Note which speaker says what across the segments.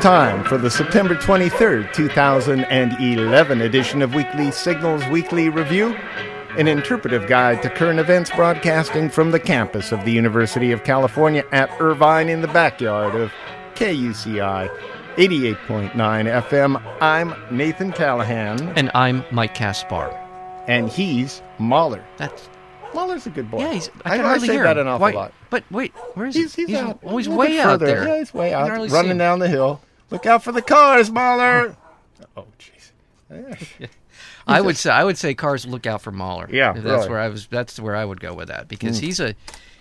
Speaker 1: time for the September 23rd, 2011 edition of Weekly Signals Weekly Review, an interpretive guide to current events broadcasting from the campus of the University of California at Irvine in the backyard of KUCI 88.9 FM. I'm Nathan Callahan,
Speaker 2: And I'm Mike Caspar.
Speaker 1: and he's Mahler.
Speaker 2: That's
Speaker 1: Mahler's a good boy.
Speaker 2: yeah. He's, I
Speaker 1: I,
Speaker 2: can hardly
Speaker 1: say
Speaker 2: hear
Speaker 1: that
Speaker 2: him.
Speaker 1: an awful
Speaker 2: Why-
Speaker 1: lot.
Speaker 2: But wait, where is
Speaker 1: He's,
Speaker 2: he?
Speaker 1: he's, out.
Speaker 2: Oh, he's
Speaker 1: a little
Speaker 2: way
Speaker 1: bit
Speaker 2: out
Speaker 1: further.
Speaker 2: there.
Speaker 1: Yeah, he's way
Speaker 2: I can
Speaker 1: out.
Speaker 2: hardly see
Speaker 1: Running
Speaker 2: him.
Speaker 1: down the hill. Look out for the cars, Mahler. oh, jeez. Yeah.
Speaker 2: I would say I would say cars look out for Mahler.
Speaker 1: Yeah,
Speaker 2: If that's
Speaker 1: really. Hmm.
Speaker 2: where I was. That's where I would go with that because he's a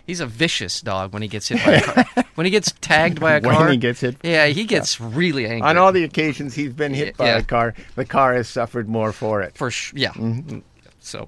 Speaker 2: he's a vicious dog when he gets hit by a car. when he gets tagged by a
Speaker 1: When
Speaker 2: car,
Speaker 1: he gets hit.
Speaker 2: Yeah, he gets really angry.
Speaker 1: On all the occasions he's been hit by
Speaker 2: Yeah.
Speaker 1: a car, the car has suffered more for it.
Speaker 2: for sh- yeah.
Speaker 1: Mm-hmm.
Speaker 2: Mm, So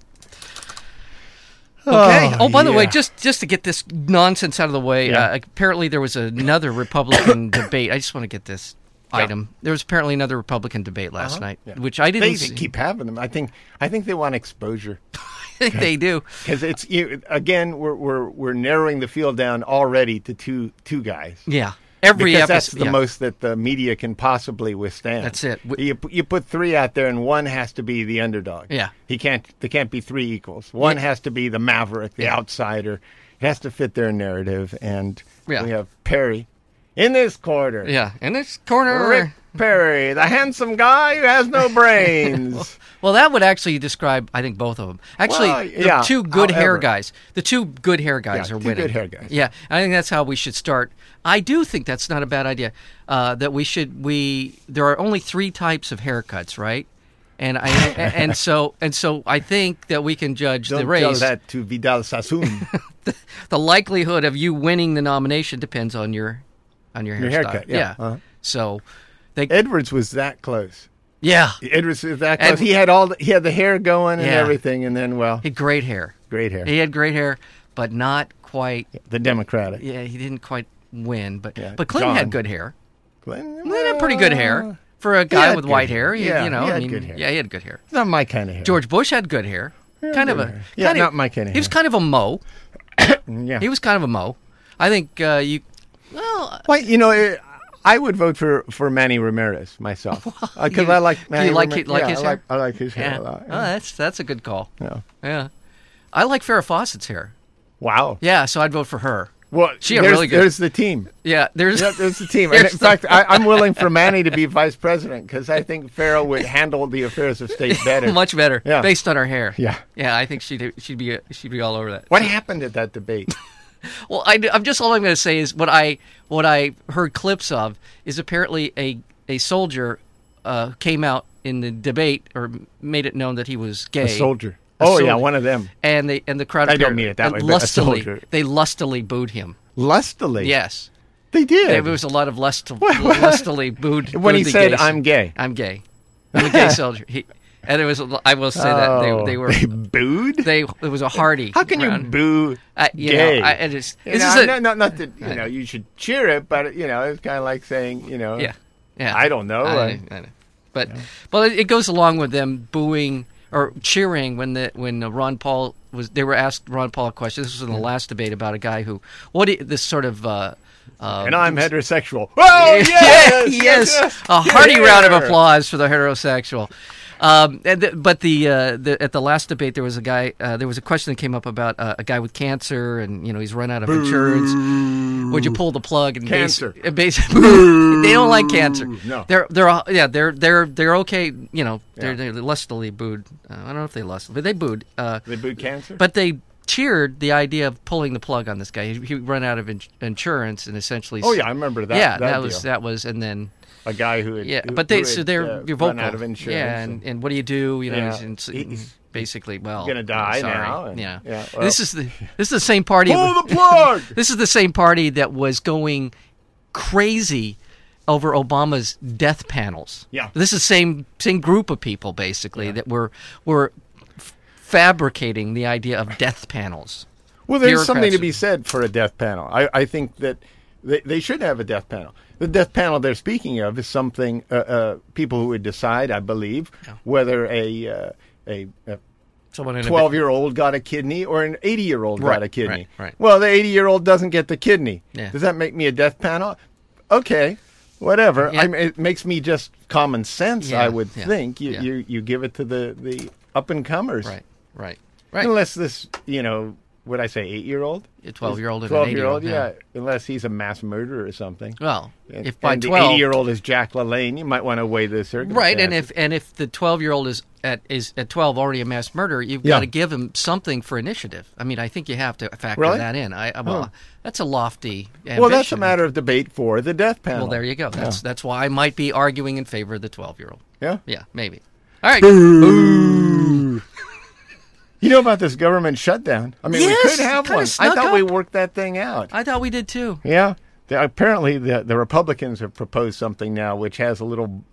Speaker 2: okay. Oh, by the way,
Speaker 1: Ah, yeah.
Speaker 2: just just to get this nonsense out of the way,
Speaker 1: Yeah.
Speaker 2: uh, apparently there was another Republican debate. I just want to get this item. There was apparently another Republican debate last night,
Speaker 1: Uh-huh. Yeah.
Speaker 2: which I didn't
Speaker 1: They
Speaker 2: see.
Speaker 1: keep having them. I think. I think they want exposure
Speaker 2: I think they do.
Speaker 1: because it's you, again we're, we're we're narrowing the field down already to two two guys.
Speaker 2: Yeah. Every
Speaker 1: because
Speaker 2: episode.
Speaker 1: that's the
Speaker 2: yeah.
Speaker 1: most that the media can possibly withstand.
Speaker 2: That's it. W-
Speaker 1: You, pu- you put three out there, and one has to be the underdog.
Speaker 2: Yeah.
Speaker 1: he can't. There can't be three equals. One has to be the maverick, the outsider. It has to fit their narrative. And
Speaker 2: Yeah.
Speaker 1: we have Perry in this quarter.
Speaker 2: Yeah. In this corner.
Speaker 1: Rick Perry, the handsome guy who has no brains.
Speaker 2: Well, that would actually describe, I think, both of them. Actually,
Speaker 1: Well,
Speaker 2: the
Speaker 1: yeah,
Speaker 2: two good hair
Speaker 1: however.
Speaker 2: guys. The two good hair guys
Speaker 1: Yeah,
Speaker 2: are
Speaker 1: two
Speaker 2: winning.
Speaker 1: good hair guys.
Speaker 2: Yeah, I think that's how we should start. I do think that's not a bad idea. Uh, that we should we there are only three types of haircuts, right? And I and so and so I think that we can judge the
Speaker 1: Don't tell
Speaker 2: race.
Speaker 1: that to Vidal Sassoon.
Speaker 2: The likelihood of you winning the nomination depends on your on your,
Speaker 1: Your
Speaker 2: hairstyle.
Speaker 1: haircut, yeah, uh-huh.
Speaker 2: So they
Speaker 1: Edwards was that close.
Speaker 2: yeah,
Speaker 1: Edwards was that
Speaker 2: Ed-
Speaker 1: close. he had all. The, he had the hair going and
Speaker 2: Yeah.
Speaker 1: everything, and then well,
Speaker 2: he had great hair.
Speaker 1: great hair.
Speaker 2: He had great hair, but not quite
Speaker 1: the Democratic.
Speaker 2: Yeah, he didn't quite win, but
Speaker 1: Yeah,
Speaker 2: but Clinton
Speaker 1: John.
Speaker 2: had good hair.
Speaker 1: Glenn, uh,
Speaker 2: Clinton had pretty good hair for a
Speaker 1: he
Speaker 2: guy
Speaker 1: had
Speaker 2: with
Speaker 1: good
Speaker 2: white
Speaker 1: hair.
Speaker 2: hair. He-
Speaker 1: Yeah,
Speaker 2: you know,
Speaker 1: he
Speaker 2: I
Speaker 1: had
Speaker 2: mean,
Speaker 1: good hair.
Speaker 2: yeah, he had good hair.
Speaker 1: It's not my kind of hair.
Speaker 2: George Bush had good hair. kind of
Speaker 1: good
Speaker 2: a
Speaker 1: hair. Yeah,
Speaker 2: kind
Speaker 1: not my kind of
Speaker 2: He was
Speaker 1: hair.
Speaker 2: kind of a mo.
Speaker 1: Mm, yeah.
Speaker 2: He was kind of a mo. I think uh, you. Well,
Speaker 1: Well, you know, it, I would vote for, for Manny Ramirez myself because
Speaker 2: you-
Speaker 1: I like Manny.
Speaker 2: you like
Speaker 1: Ramirez.
Speaker 2: hi- like
Speaker 1: yeah,
Speaker 2: his
Speaker 1: I
Speaker 2: hair?
Speaker 1: Like, I like his hair
Speaker 2: yeah.
Speaker 1: a lot.
Speaker 2: Oh, that's that's a good call.
Speaker 1: Yeah.
Speaker 2: Yeah, I like Farrah Fawcett's hair.
Speaker 1: Wow.
Speaker 2: Yeah, so I'd vote for her.
Speaker 1: Well,
Speaker 2: She had
Speaker 1: there's,
Speaker 2: really good-
Speaker 1: There's the team.
Speaker 2: Yeah, there's
Speaker 1: Yeah, there's the team. And in
Speaker 2: There's the-
Speaker 1: fact, I, I'm willing for Manny to be vice president because I think Farrell would handle the affairs of state better.
Speaker 2: much better
Speaker 1: Yeah.
Speaker 2: based on her hair.
Speaker 1: Yeah.
Speaker 2: yeah, I think she'd she'd be she'd be all over that.
Speaker 1: What happened at that debate?
Speaker 2: Well, I, am just all I'm going to say is what I what I heard clips of is apparently a a soldier uh, came out in the debate or made it known that he was gay.
Speaker 1: A soldier.
Speaker 2: A
Speaker 1: oh yeah,
Speaker 2: soldier.
Speaker 1: one of them.
Speaker 2: And they and the crowd.
Speaker 1: I don't
Speaker 2: appeared-
Speaker 1: mean it that
Speaker 2: and
Speaker 1: way, but a
Speaker 2: Lustily,
Speaker 1: soldier.
Speaker 2: they lustily booed him.
Speaker 1: Lustily.
Speaker 2: Yes,
Speaker 1: They did.
Speaker 2: there was a lot of lustil, lustily booed
Speaker 1: When
Speaker 2: booed
Speaker 1: he
Speaker 2: the
Speaker 1: said,
Speaker 2: gay sol-
Speaker 1: "I'm gay."
Speaker 2: I'm gay, I'm a gay soldier." He, and it was a lo- I will say that
Speaker 1: Oh,
Speaker 2: they, they were
Speaker 1: booed.
Speaker 2: they it was a hearty.
Speaker 1: How can
Speaker 2: round.
Speaker 1: you boo
Speaker 2: I- you know,
Speaker 1: gay?
Speaker 2: I- I just-
Speaker 1: You
Speaker 2: this
Speaker 1: know,
Speaker 2: is a-
Speaker 1: no, no, not that you know you should cheer it, but you know it's kind of like saying you know,
Speaker 2: Yeah, yeah.
Speaker 1: I don't know. uh,
Speaker 2: I,
Speaker 1: I-
Speaker 2: I know. But but it goes along with them booing or cheering when the when uh, Ron Paul was they were asked Ron Paul a question. This was in the last debate about a guy who what i- this sort of. Uh, uh,
Speaker 1: and I'm heterosexual. Oh yes, yes, yes.
Speaker 2: a hearty round of
Speaker 1: Yeah.
Speaker 2: applause for the heterosexual. Um, and the, but the, uh, the at the last debate there was a guy uh, there was a question that came up about uh, a guy with cancer and you know he's run out of insurance. Would you pull the plug and
Speaker 1: Cancer.
Speaker 2: Base, and base- they don't like cancer.
Speaker 1: No.
Speaker 2: they're they're all- yeah they're they're they're okay. You know they're, they're lustily booed. Uh, I don't know if they lustily, but they booed. Uh,
Speaker 1: They boo cancer.
Speaker 2: but they cheered the idea of pulling the plug on this guy. He, he ran out of in- insurance and essentially.
Speaker 1: oh yeah, I remember that.
Speaker 2: yeah,
Speaker 1: that,
Speaker 2: that, was
Speaker 1: deal.
Speaker 2: that was, and then
Speaker 1: a guy who had,
Speaker 2: yeah,
Speaker 1: who-
Speaker 2: but they
Speaker 1: who
Speaker 2: so
Speaker 1: had,
Speaker 2: they're
Speaker 1: uh,
Speaker 2: you're
Speaker 1: run
Speaker 2: vocal.
Speaker 1: out of insurance.
Speaker 2: Yeah, and, and what do you do? You know,
Speaker 1: Yeah.
Speaker 2: and s-
Speaker 1: He's-
Speaker 2: basically, well,
Speaker 1: gonna die
Speaker 2: I'm sorry.
Speaker 1: now, and-
Speaker 2: yeah,
Speaker 1: yeah, well.
Speaker 2: this is the this is the same party.
Speaker 1: Pull the plug!
Speaker 2: this is the same party that was going crazy over Obama's death panels.
Speaker 1: Yeah.
Speaker 2: this is the same same group of people basically that were were f- fabricating the idea of death panels.
Speaker 1: Well, there's
Speaker 2: bureaucrats
Speaker 1: something to
Speaker 2: and-
Speaker 1: be said for a death panel. I, I think that they, they should have a death panel. The death panel they're speaking of is something uh, uh, people who would decide, I believe, whether a uh, a, a
Speaker 2: Someone in a
Speaker 1: 12 year old got a kidney or an 80 year old
Speaker 2: Right,
Speaker 1: got a kidney.
Speaker 2: right, right.
Speaker 1: Well, the 80 year old doesn't get the kidney.
Speaker 2: Yeah.
Speaker 1: Does that make me a death panel? Okay. whatever.
Speaker 2: Yeah.
Speaker 1: I mean, it makes me just common sense.
Speaker 2: Yeah,
Speaker 1: I would
Speaker 2: yeah,
Speaker 1: think you,
Speaker 2: yeah.
Speaker 1: you you give it to the the up and comers,
Speaker 2: Right. Right. Right.
Speaker 1: Unless this, you know, would I say eight year old,
Speaker 2: A 12-year-old and an
Speaker 1: twelve year old,
Speaker 2: 8-year-old,
Speaker 1: yeah. Unless he's a mass murderer or something.
Speaker 2: well,
Speaker 1: And-
Speaker 2: if by
Speaker 1: and the
Speaker 2: 12
Speaker 1: eighty year old is Jack LaLanne, you might want to weigh the circumstances.
Speaker 2: Right, and if and if the twelve year old is at is at twelve already a mass murderer, you've
Speaker 1: Yeah.
Speaker 2: got to give him something for initiative. I mean, I think you have to factor
Speaker 1: Really?
Speaker 2: that in. I I- well, that's a lofty. Ambition.
Speaker 1: well, that's a matter of debate for the death panel.
Speaker 2: Well, there you go. That's that's why I might be arguing in favor of the twelve year old.
Speaker 1: Yeah.
Speaker 2: Yeah, maybe. All right.
Speaker 1: You know about this government shutdown? I mean,
Speaker 2: Yes,
Speaker 1: we could have
Speaker 2: kinda
Speaker 1: one. I
Speaker 2: snuck
Speaker 1: thought we
Speaker 2: up.
Speaker 1: worked that thing out.
Speaker 2: I thought we did too.
Speaker 1: Yeah. The, apparently, the, the Republicans have proposed something now which has a little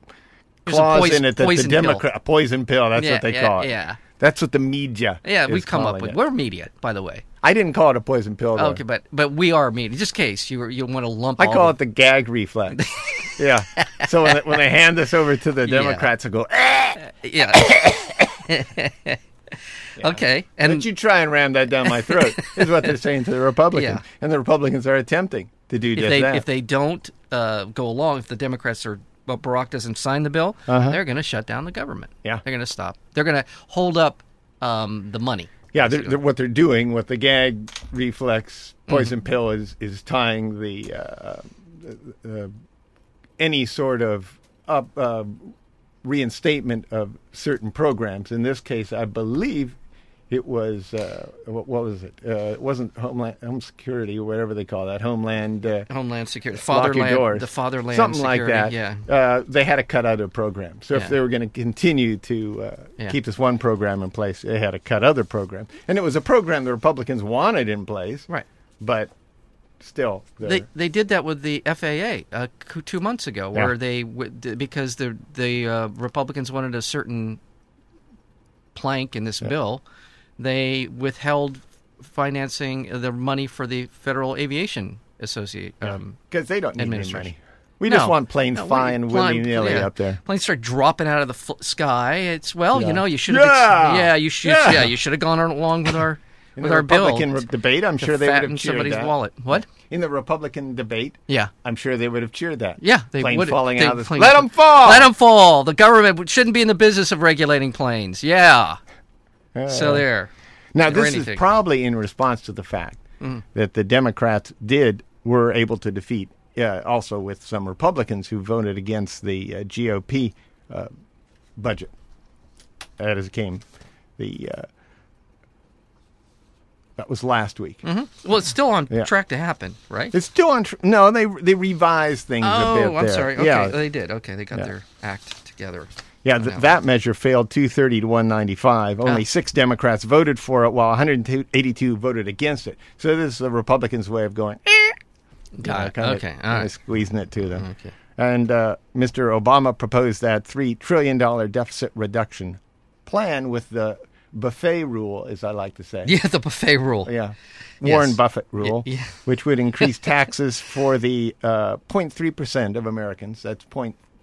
Speaker 2: There's a
Speaker 1: clause
Speaker 2: poison-
Speaker 1: in it that the
Speaker 2: poison pill.
Speaker 1: Democrat a poison pill. That's
Speaker 2: Yeah,
Speaker 1: what they
Speaker 2: yeah,
Speaker 1: call it.
Speaker 2: yeah.
Speaker 1: That's what the media.
Speaker 2: Yeah,
Speaker 1: is
Speaker 2: we've come up
Speaker 1: calling
Speaker 2: with.
Speaker 1: it.
Speaker 2: We're media, by the way.
Speaker 1: I didn't call it a poison pill. Though.
Speaker 2: Okay, but but we are media. Just in case you were, you want to lump.
Speaker 1: I
Speaker 2: all
Speaker 1: call
Speaker 2: of-
Speaker 1: it the gag reflex. yeah. So when, they- when they hand this over to the Democrats, they go, "Ah!"
Speaker 2: Yeah. Okay, and
Speaker 1: Don't you try and ram that down my throat, is what they're saying to the Republicans.
Speaker 2: Yeah.
Speaker 1: And the Republicans are attempting to do
Speaker 2: if
Speaker 1: just
Speaker 2: they
Speaker 1: that.
Speaker 2: if they don't uh, go along, if the Democrats or well, Barack doesn't sign the bill, they're going to shut down the government.
Speaker 1: Uh-huh. Yeah.
Speaker 2: they're going to stop. They're going to hold up um, the money.
Speaker 1: Yeah, they're, they're, what they're doing with the gag reflex poison pill is is tying the uh, uh, any sort of up uh, reinstatement of certain programs. In this case, I believe it was uh, what, what was it? Uh, it wasn't Homeland Home Security or whatever they call that Homeland. Uh,
Speaker 2: Homeland Security,
Speaker 1: Lock your
Speaker 2: fatherland,
Speaker 1: doors.
Speaker 2: the fatherland,
Speaker 1: something
Speaker 2: security,
Speaker 1: like that.
Speaker 2: Yeah,
Speaker 1: uh, they had to cut out a program. So
Speaker 2: Yeah.
Speaker 1: if they were going to continue to uh,
Speaker 2: Yeah.
Speaker 1: keep this one program in place, they had to cut other program. And it was a program the Republicans wanted in place,
Speaker 2: right.
Speaker 1: But still,
Speaker 2: They
Speaker 1: they,
Speaker 2: they did that with the FAA uh, c- two months ago,
Speaker 1: Yeah.
Speaker 2: where they w- d- because the the uh, Republicans wanted a certain plank in this bill, they withheld financing uh, the money for the Federal Aviation Association. Um,
Speaker 1: because they don't need any
Speaker 2: Administration.
Speaker 1: money. We
Speaker 2: No.
Speaker 1: just want planes
Speaker 2: No, we-
Speaker 1: flying willy
Speaker 2: plane-
Speaker 1: nilly
Speaker 2: yeah.
Speaker 1: up there.
Speaker 2: Planes start dropping out of the fl- sky. It's well,
Speaker 1: Yeah.
Speaker 2: you know, you should have. ex-
Speaker 1: Yeah.
Speaker 2: yeah, you should.
Speaker 1: Yeah.
Speaker 2: Yeah, you should have gone on along with our
Speaker 1: In
Speaker 2: with
Speaker 1: the
Speaker 2: our bill.
Speaker 1: Republican re- debate, I'm
Speaker 2: to
Speaker 1: sure they would
Speaker 2: fatten
Speaker 1: have cheered
Speaker 2: somebody's
Speaker 1: that.
Speaker 2: wallet. What?
Speaker 1: In the Republican debate,
Speaker 2: Yeah.
Speaker 1: I'm sure they would have cheered that.
Speaker 2: Yeah, they
Speaker 1: plane
Speaker 2: would.
Speaker 1: falling
Speaker 2: they-
Speaker 1: out of the sky.
Speaker 2: plane-
Speaker 1: Let them fall.
Speaker 2: Let them fall. The government shouldn't be in the business of regulating planes. Yeah. so there.
Speaker 1: Now,
Speaker 2: or
Speaker 1: this
Speaker 2: anything. Mm.
Speaker 1: is probably in response to the fact that the Democrats did were able to defeat, uh, also with some Republicans who voted against the uh, GOP uh, budget. That is came the uh, that was last week.
Speaker 2: Hmm? Well, it's still on
Speaker 1: Yeah.
Speaker 2: track to happen, right?
Speaker 1: It's still on. Tr- no, they they revised things a bit.
Speaker 2: oh, I'm
Speaker 1: there.
Speaker 2: sorry. Okay,
Speaker 1: Yeah,
Speaker 2: they did. Okay, they got their act together.
Speaker 1: Yeah, th- that measure failed 230 to 195. Only
Speaker 2: Ah.
Speaker 1: six Democrats voted for it, while 182 voted against it. So this is the Republicans' way of going, eh,
Speaker 2: Got it.
Speaker 1: kinda-
Speaker 2: Okay, all
Speaker 1: kinda
Speaker 2: right. Oh,
Speaker 1: squeezing it to them.
Speaker 2: Okay.
Speaker 1: And uh, Mr. Obama proposed that three trillion dollar deficit reduction plan with the buffet rule, as I like to say.
Speaker 2: Yeah, the buffet rule.
Speaker 1: Yeah.
Speaker 2: Yes.
Speaker 1: Warren Buffett rule,
Speaker 2: yeah.
Speaker 1: which would increase taxes for the uh, 0.3% of Americans. That's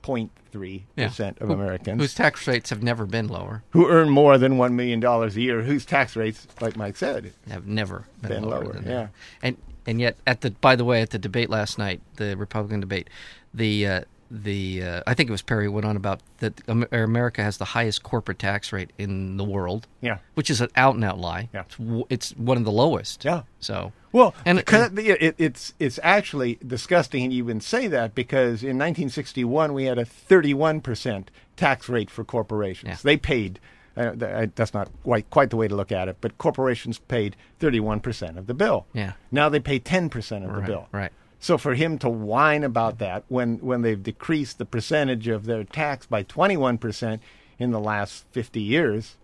Speaker 1: 0.3% of
Speaker 2: Who-
Speaker 1: Americans
Speaker 2: Whose tax rates have never been lower.
Speaker 1: who earn more than $1 million a year, whose tax rates, like Mike said,
Speaker 2: have never been,
Speaker 1: Been
Speaker 2: lower,
Speaker 1: lower,
Speaker 2: than
Speaker 1: yeah.
Speaker 2: that. And and yet at the by the way at the debate last night, the Republican debate, the uh, the uh, I think it was Perry went on about that Am- America has the highest corporate tax rate in the world.
Speaker 1: Yeah.
Speaker 2: which is an out and out lie.
Speaker 1: Yeah.
Speaker 2: It's, w- it's one of the lowest.
Speaker 1: Yeah.
Speaker 2: So
Speaker 1: Well,
Speaker 2: And-
Speaker 1: and, it, it's it's actually disgusting you even say that because in 1961 we had a 31 percent tax rate for corporations.
Speaker 2: Yeah.
Speaker 1: They paid. Uh, th- uh, that's not quite quite the way to look at it, but corporations paid 31 percent of the bill.
Speaker 2: Yeah.
Speaker 1: Now they pay 10 percent of the bill.
Speaker 2: right.
Speaker 1: So for him to whine about that when when they've decreased the percentage of their tax by 21 percent in the last 50 years,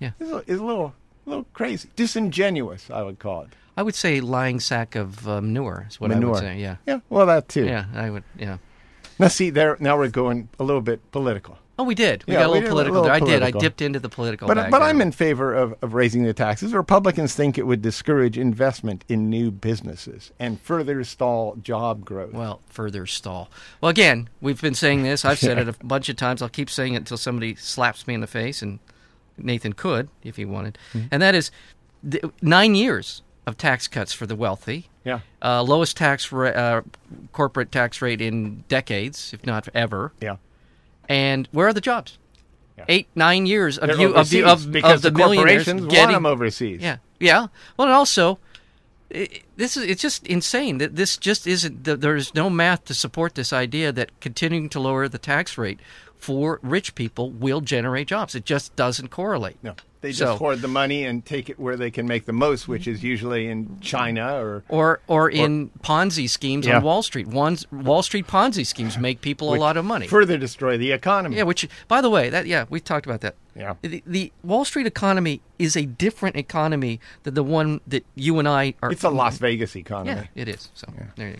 Speaker 2: Yeah.
Speaker 1: is a, is a little a little crazy, disingenuous, I would call it.
Speaker 2: I would say lying sack of uh, manure is what I would say. Yeah.
Speaker 1: Yeah. Well, that too.
Speaker 2: Yeah, I would. Yeah.
Speaker 1: Now, see, there. Now we're going a little bit political.
Speaker 2: Oh, we did. We
Speaker 1: Yeah,
Speaker 2: got a
Speaker 1: we
Speaker 2: little
Speaker 1: did a
Speaker 2: political
Speaker 1: little
Speaker 2: there. I did. I
Speaker 1: political.
Speaker 2: dipped into the political.
Speaker 1: But
Speaker 2: bag
Speaker 1: but
Speaker 2: there.
Speaker 1: I'm in favor of, of raising the taxes. Republicans think it would discourage investment in new businesses and further stall job growth.
Speaker 2: Well, further stall. Well, again, we've been saying this. I've said it a bunch of times. I'll keep saying it until somebody slaps me in the
Speaker 1: Mm-hmm.
Speaker 2: face, and Nathan could if he wanted. And that is th- nine years. of tax cuts for the wealthy.
Speaker 1: Yeah.
Speaker 2: Uh, lowest tax ra- uh, corporate tax rate in decades, if not ever.
Speaker 1: Yeah.
Speaker 2: And where are the jobs?
Speaker 1: Yeah.
Speaker 2: Eight, nine years of
Speaker 1: They're
Speaker 2: you of the
Speaker 1: overseas
Speaker 2: of,
Speaker 1: because
Speaker 2: of the,
Speaker 1: the
Speaker 2: millionaires
Speaker 1: corporations want
Speaker 2: getting
Speaker 1: 'em overseas.
Speaker 2: Yeah, yeah. Well, and also, i this is it's just insane that this just isn't. that There is no math to support this idea that continuing to lower the tax rate for rich people will generate jobs. It just doesn't correlate.
Speaker 1: No, they just
Speaker 2: So-
Speaker 1: hoard the money and take it where they can make the most, which is usually in China or
Speaker 2: Or, or in Ponzi schemes
Speaker 1: Yeah.
Speaker 2: on Wall Street. One's, Wall Street Ponzi schemes make people a lot of money.
Speaker 1: further destroy the economy.
Speaker 2: Yeah, which by the way, that yeah, we talked about that.
Speaker 1: Yeah.
Speaker 2: The, the Wall Street economy is a different economy than the one that you and I are
Speaker 1: It's a Las Vegas economy.
Speaker 2: Yeah, it is. So there you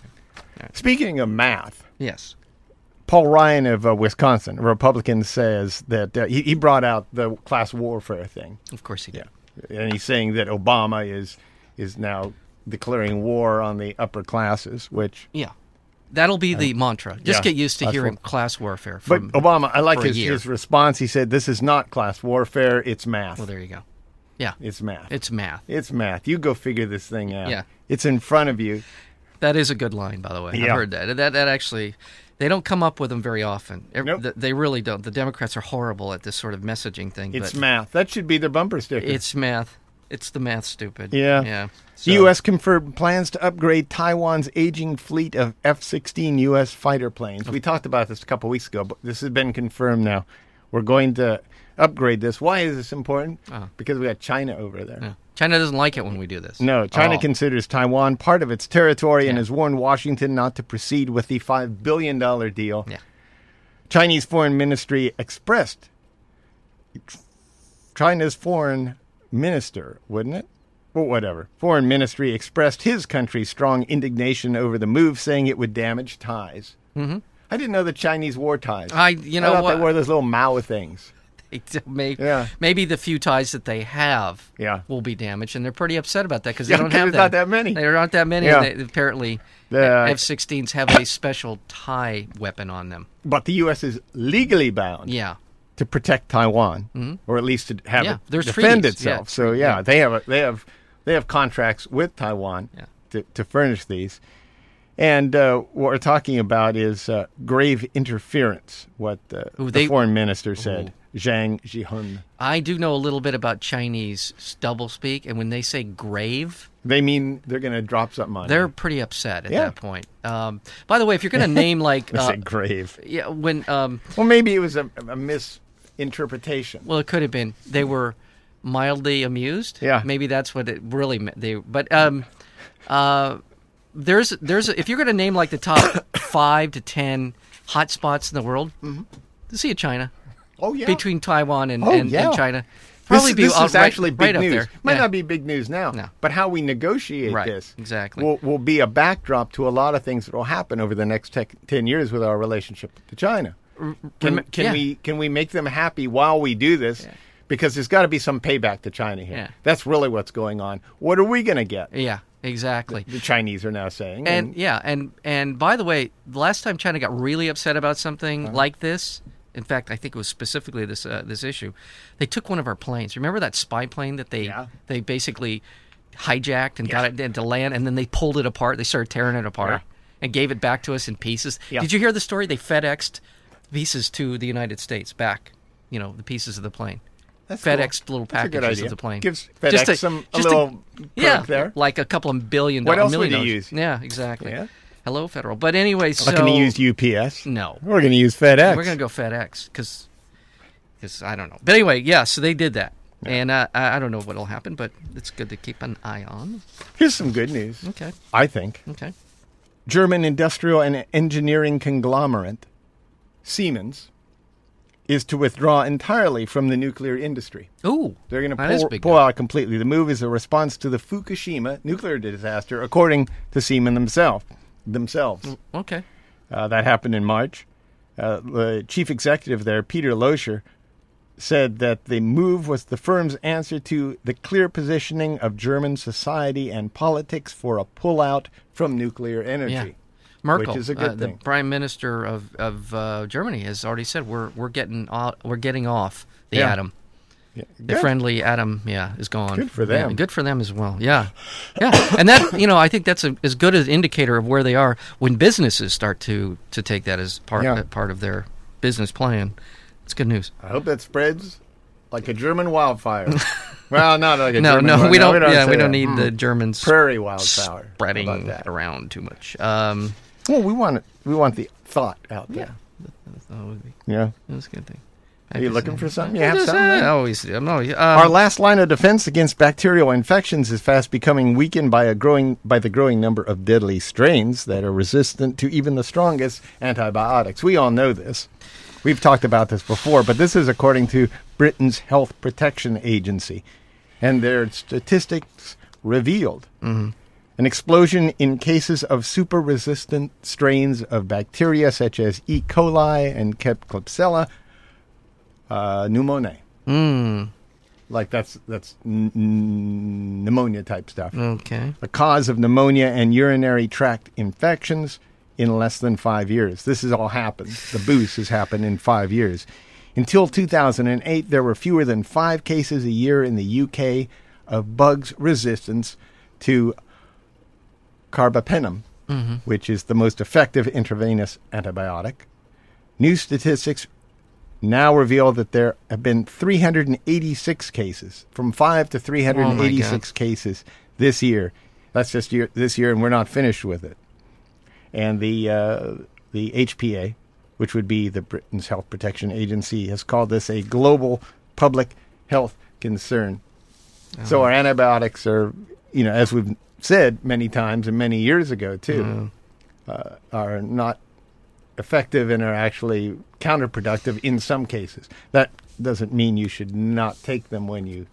Speaker 2: go.
Speaker 1: Speaking of math,
Speaker 2: Yes.
Speaker 1: Paul Ryan of uh, Wisconsin, a Republican, says that uh, he, he brought out the class warfare thing.
Speaker 2: Of course he did.
Speaker 1: And he's saying that Obama is is now declaring war on the upper classes, which
Speaker 2: Yeah. That'll be the mantra. Just
Speaker 1: yeah,
Speaker 2: get used to
Speaker 1: that's
Speaker 2: hearing
Speaker 1: what-
Speaker 2: class warfare
Speaker 1: but
Speaker 2: from
Speaker 1: Obama, I like
Speaker 2: for a
Speaker 1: his,
Speaker 2: year.
Speaker 1: his response. He said, "This is not class warfare; it's math.
Speaker 2: Well, there you go. Yeah.
Speaker 1: it's math.
Speaker 2: It's math.
Speaker 1: It's math. You go figure this thing out.
Speaker 2: Yeah.
Speaker 1: It's in front of you.
Speaker 2: That is a good line, by the way.
Speaker 1: Yeah.
Speaker 2: I've heard that. That that actually, they don't come up with them very often. Ev-
Speaker 1: Nope.
Speaker 2: th- They really don't. The Democrats are horrible at this sort of messaging thing.
Speaker 1: It's
Speaker 2: but
Speaker 1: math. That should be their bumper sticker.
Speaker 2: It's math. It's the math, stupid.
Speaker 1: Yeah.
Speaker 2: Yeah.
Speaker 1: the
Speaker 2: So-
Speaker 1: U.S. confirmed plans to upgrade Taiwan's aging fleet of F 16 U.S. fighter planes. We talked about this a couple weeks ago, but this has been confirmed now. We're going to upgrade this. Why is this important? Because we got China over there.
Speaker 2: Uh-huh. Yeah. China doesn't like it when we do this.
Speaker 1: No, China
Speaker 2: Oh.
Speaker 1: considers Taiwan part of its territory and has warned Washington not to proceed with the $5 billion deal.
Speaker 2: Yeah.
Speaker 1: Chinese Foreign Ministry expressed China's foreign minister, wouldn't it? Well, whatever. Foreign Ministry expressed his country's strong indignation over the move, saying it would damage ties. Mm-hmm. I didn't know the Chinese wore ties.
Speaker 2: I- you know
Speaker 1: I thought
Speaker 2: what?
Speaker 1: they wore those little Mao things.
Speaker 2: maybe,
Speaker 1: Yeah.
Speaker 2: maybe the few ties that they have
Speaker 1: Yeah.
Speaker 2: will be damaged, and they're pretty upset about that because
Speaker 1: Yeah,
Speaker 2: they don't
Speaker 1: 'cause
Speaker 2: have
Speaker 1: there's not that many.
Speaker 2: There aren't that many.
Speaker 1: Yeah.
Speaker 2: and they- apparently,
Speaker 1: The-
Speaker 2: F-16s have a special tie weapon on them.
Speaker 1: But the U.S. is legally bound
Speaker 2: Yeah,
Speaker 1: to protect Taiwan, or at least to have
Speaker 2: Mm-hmm. Yeah,
Speaker 1: it
Speaker 2: there's
Speaker 1: defend
Speaker 2: treaties. Yeah,
Speaker 1: itself. so yeah, they have a, they have they have contracts with Taiwan
Speaker 2: Yeah.
Speaker 1: to, to furnish these. And uh, what we're talking about is uh, grave interference. What uh,
Speaker 2: Ooh,
Speaker 1: the
Speaker 2: they-
Speaker 1: foreign minister said, Zhang Jihun.
Speaker 2: I do know a little bit about Chinese doublespeak, and when they say grave,
Speaker 1: They mean they're going to drop something on
Speaker 2: they're
Speaker 1: you.
Speaker 2: pretty upset at
Speaker 1: Yeah.
Speaker 2: that point. Um, by the way, if you're going to name like,
Speaker 1: They
Speaker 2: uh,
Speaker 1: said grave.
Speaker 2: yeah, when um,
Speaker 1: Well, maybe it was a, a misinterpretation.
Speaker 2: Well, it could have been they were mildly amused.
Speaker 1: Yeah.
Speaker 2: maybe that's what it really meant. They, but um, uh, there's there's if you're going to name like the top five to ten hot spots in the world, the Sea of China
Speaker 1: oh Mm-hmm. yeah,
Speaker 2: between Taiwan and,
Speaker 1: Oh,
Speaker 2: and,
Speaker 1: yeah.
Speaker 2: and China.
Speaker 1: This-
Speaker 2: Probably be
Speaker 1: this,
Speaker 2: out-
Speaker 1: is
Speaker 2: right-
Speaker 1: actually big
Speaker 2: right up
Speaker 1: news.
Speaker 2: there.
Speaker 1: Might
Speaker 2: Yeah.
Speaker 1: not be big news now,
Speaker 2: No.
Speaker 1: but how we negotiate
Speaker 2: Right,
Speaker 1: this
Speaker 2: exactly.
Speaker 1: will, will be a backdrop to a lot of things that will happen over the next tec- ten years with our relationship to China. Can,
Speaker 2: rem-
Speaker 1: can
Speaker 2: yeah.
Speaker 1: we can we make them happy while we do this? Because there's got to be some payback to China here.
Speaker 2: Yeah.
Speaker 1: That's really what's going on. What are we going to get?
Speaker 2: yeah, exactly.
Speaker 1: The Chinese are now saying,
Speaker 2: and yeah, and and by the way, the last time China got really upset about something
Speaker 1: Uh-huh.
Speaker 2: like this, in fact, I think it was specifically this uh, this issue. They took one of our planes. Remember that spy plane that they
Speaker 1: Yeah.
Speaker 2: they basically hijacked and got it into land, and then they pulled it apart. They started tearing it apart and gave it back to us in pieces.
Speaker 1: Yeah.
Speaker 2: Did you hear the story? They FedExed pieces to the United States back. You know the pieces of the plane.
Speaker 1: That's cool.
Speaker 2: FedEx little
Speaker 1: That's a
Speaker 2: packages
Speaker 1: good idea.
Speaker 2: of the plane.
Speaker 1: Gives
Speaker 2: Just
Speaker 1: FedEx some- a
Speaker 2: just
Speaker 1: little
Speaker 2: yeah,
Speaker 1: perk there.
Speaker 2: like a couple of billion.
Speaker 1: What
Speaker 2: dollars-
Speaker 1: else would
Speaker 2: million
Speaker 1: you
Speaker 2: dollars.
Speaker 1: use?
Speaker 2: Yeah, exactly.
Speaker 1: Yeah.
Speaker 2: Hello, federal. But anyway, so
Speaker 1: "We're going to uh, use UPS.
Speaker 2: no,
Speaker 1: We're going to use FedEx.
Speaker 2: we're going to go FedEx because I don't know. But anyway, yeah. So they did that, and uh, I I don't know what'll happen, but it's good to keep an eye on.
Speaker 1: Here's some good news.
Speaker 2: Okay,
Speaker 1: I think.
Speaker 2: okay.
Speaker 1: German industrial and engineering conglomerate Siemens is to withdraw entirely from the nuclear industry.
Speaker 2: Ooh,
Speaker 1: They're going to
Speaker 2: that is
Speaker 1: pull,
Speaker 2: big
Speaker 1: pull
Speaker 2: news.
Speaker 1: out completely. The move is a response to the Fukushima nuclear disaster, according to Siemens themselves. Themselves,
Speaker 2: Okay,
Speaker 1: uh, that happened in March. Uh, the chief executive there, Peter Losher, said that the move was the firm's answer to the clear positioning of German society and politics for a pullout from nuclear energy.
Speaker 2: yeah. Merkel,
Speaker 1: is a
Speaker 2: uh,
Speaker 1: good
Speaker 2: the
Speaker 1: thing.
Speaker 2: prime minister of of uh, Germany, has already said we're we're getting off, we're getting off the
Speaker 1: Yeah.
Speaker 2: atom. The
Speaker 1: good.
Speaker 2: friendly Adam, yeah, is gone.
Speaker 1: Good for
Speaker 2: Yeah,
Speaker 1: them.
Speaker 2: good for them as well. Yeah, yeah, and that you know, I think that's a, as good an indicator of where they are when businesses start to to take that as part
Speaker 1: Yeah.
Speaker 2: uh, part of their business plan. It's good news.
Speaker 1: I hope that spreads like a German wildfire. well, not like a
Speaker 2: No,
Speaker 1: German
Speaker 2: no,
Speaker 1: wild-
Speaker 2: we don't. yeah,
Speaker 1: say
Speaker 2: we don't
Speaker 1: that.
Speaker 2: need
Speaker 1: Mm.
Speaker 2: the Germans
Speaker 1: prairie wildfire.
Speaker 2: spreading
Speaker 1: How about that.
Speaker 2: around too much. Um,
Speaker 1: Hmm. Well, we want it. We want the thought out
Speaker 2: yeah,
Speaker 1: there.
Speaker 2: that, that would be
Speaker 1: Yeah.
Speaker 2: that's a good thing.
Speaker 1: Are you looking for something? You
Speaker 2: I
Speaker 1: have
Speaker 2: just-
Speaker 1: something?
Speaker 2: I always, do. I'm always. Um,
Speaker 1: Our last line of defense against bacterial infections is fast becoming weakened by a growing by the growing number of deadly strains that are resistant to even the strongest antibiotics. We all know this. We've talked about this before, but this is according to Britain's Health Protection Agency, and their statistics revealed an explosion in cases of super resistant strains of bacteria such as E. coli and Klebsiella uh, pneumonia. Like that's that's n- n- pneumonia type stuff.
Speaker 2: okay.
Speaker 1: The cause of pneumonia and urinary tract infections in less than five years. This has all happened. The boost has happened in five years. Until 2008, there were fewer than five cases a year in the UK of bugs resistance to carbapenem, which is the most effective intravenous antibiotic. New statistics now reveal that there have been 386 cases, from 5 to 386 cases this year. That's just year, this year, and we're not finished with it. And the, uh, the HPA, which would be the Britain's Health Protection Agency, has called this a global public health concern. So our antibiotics are, you know, as we've said many times and many years ago too, uh, are not effective and are actually counterproductive in some cases. That doesn't mean you should not take them when you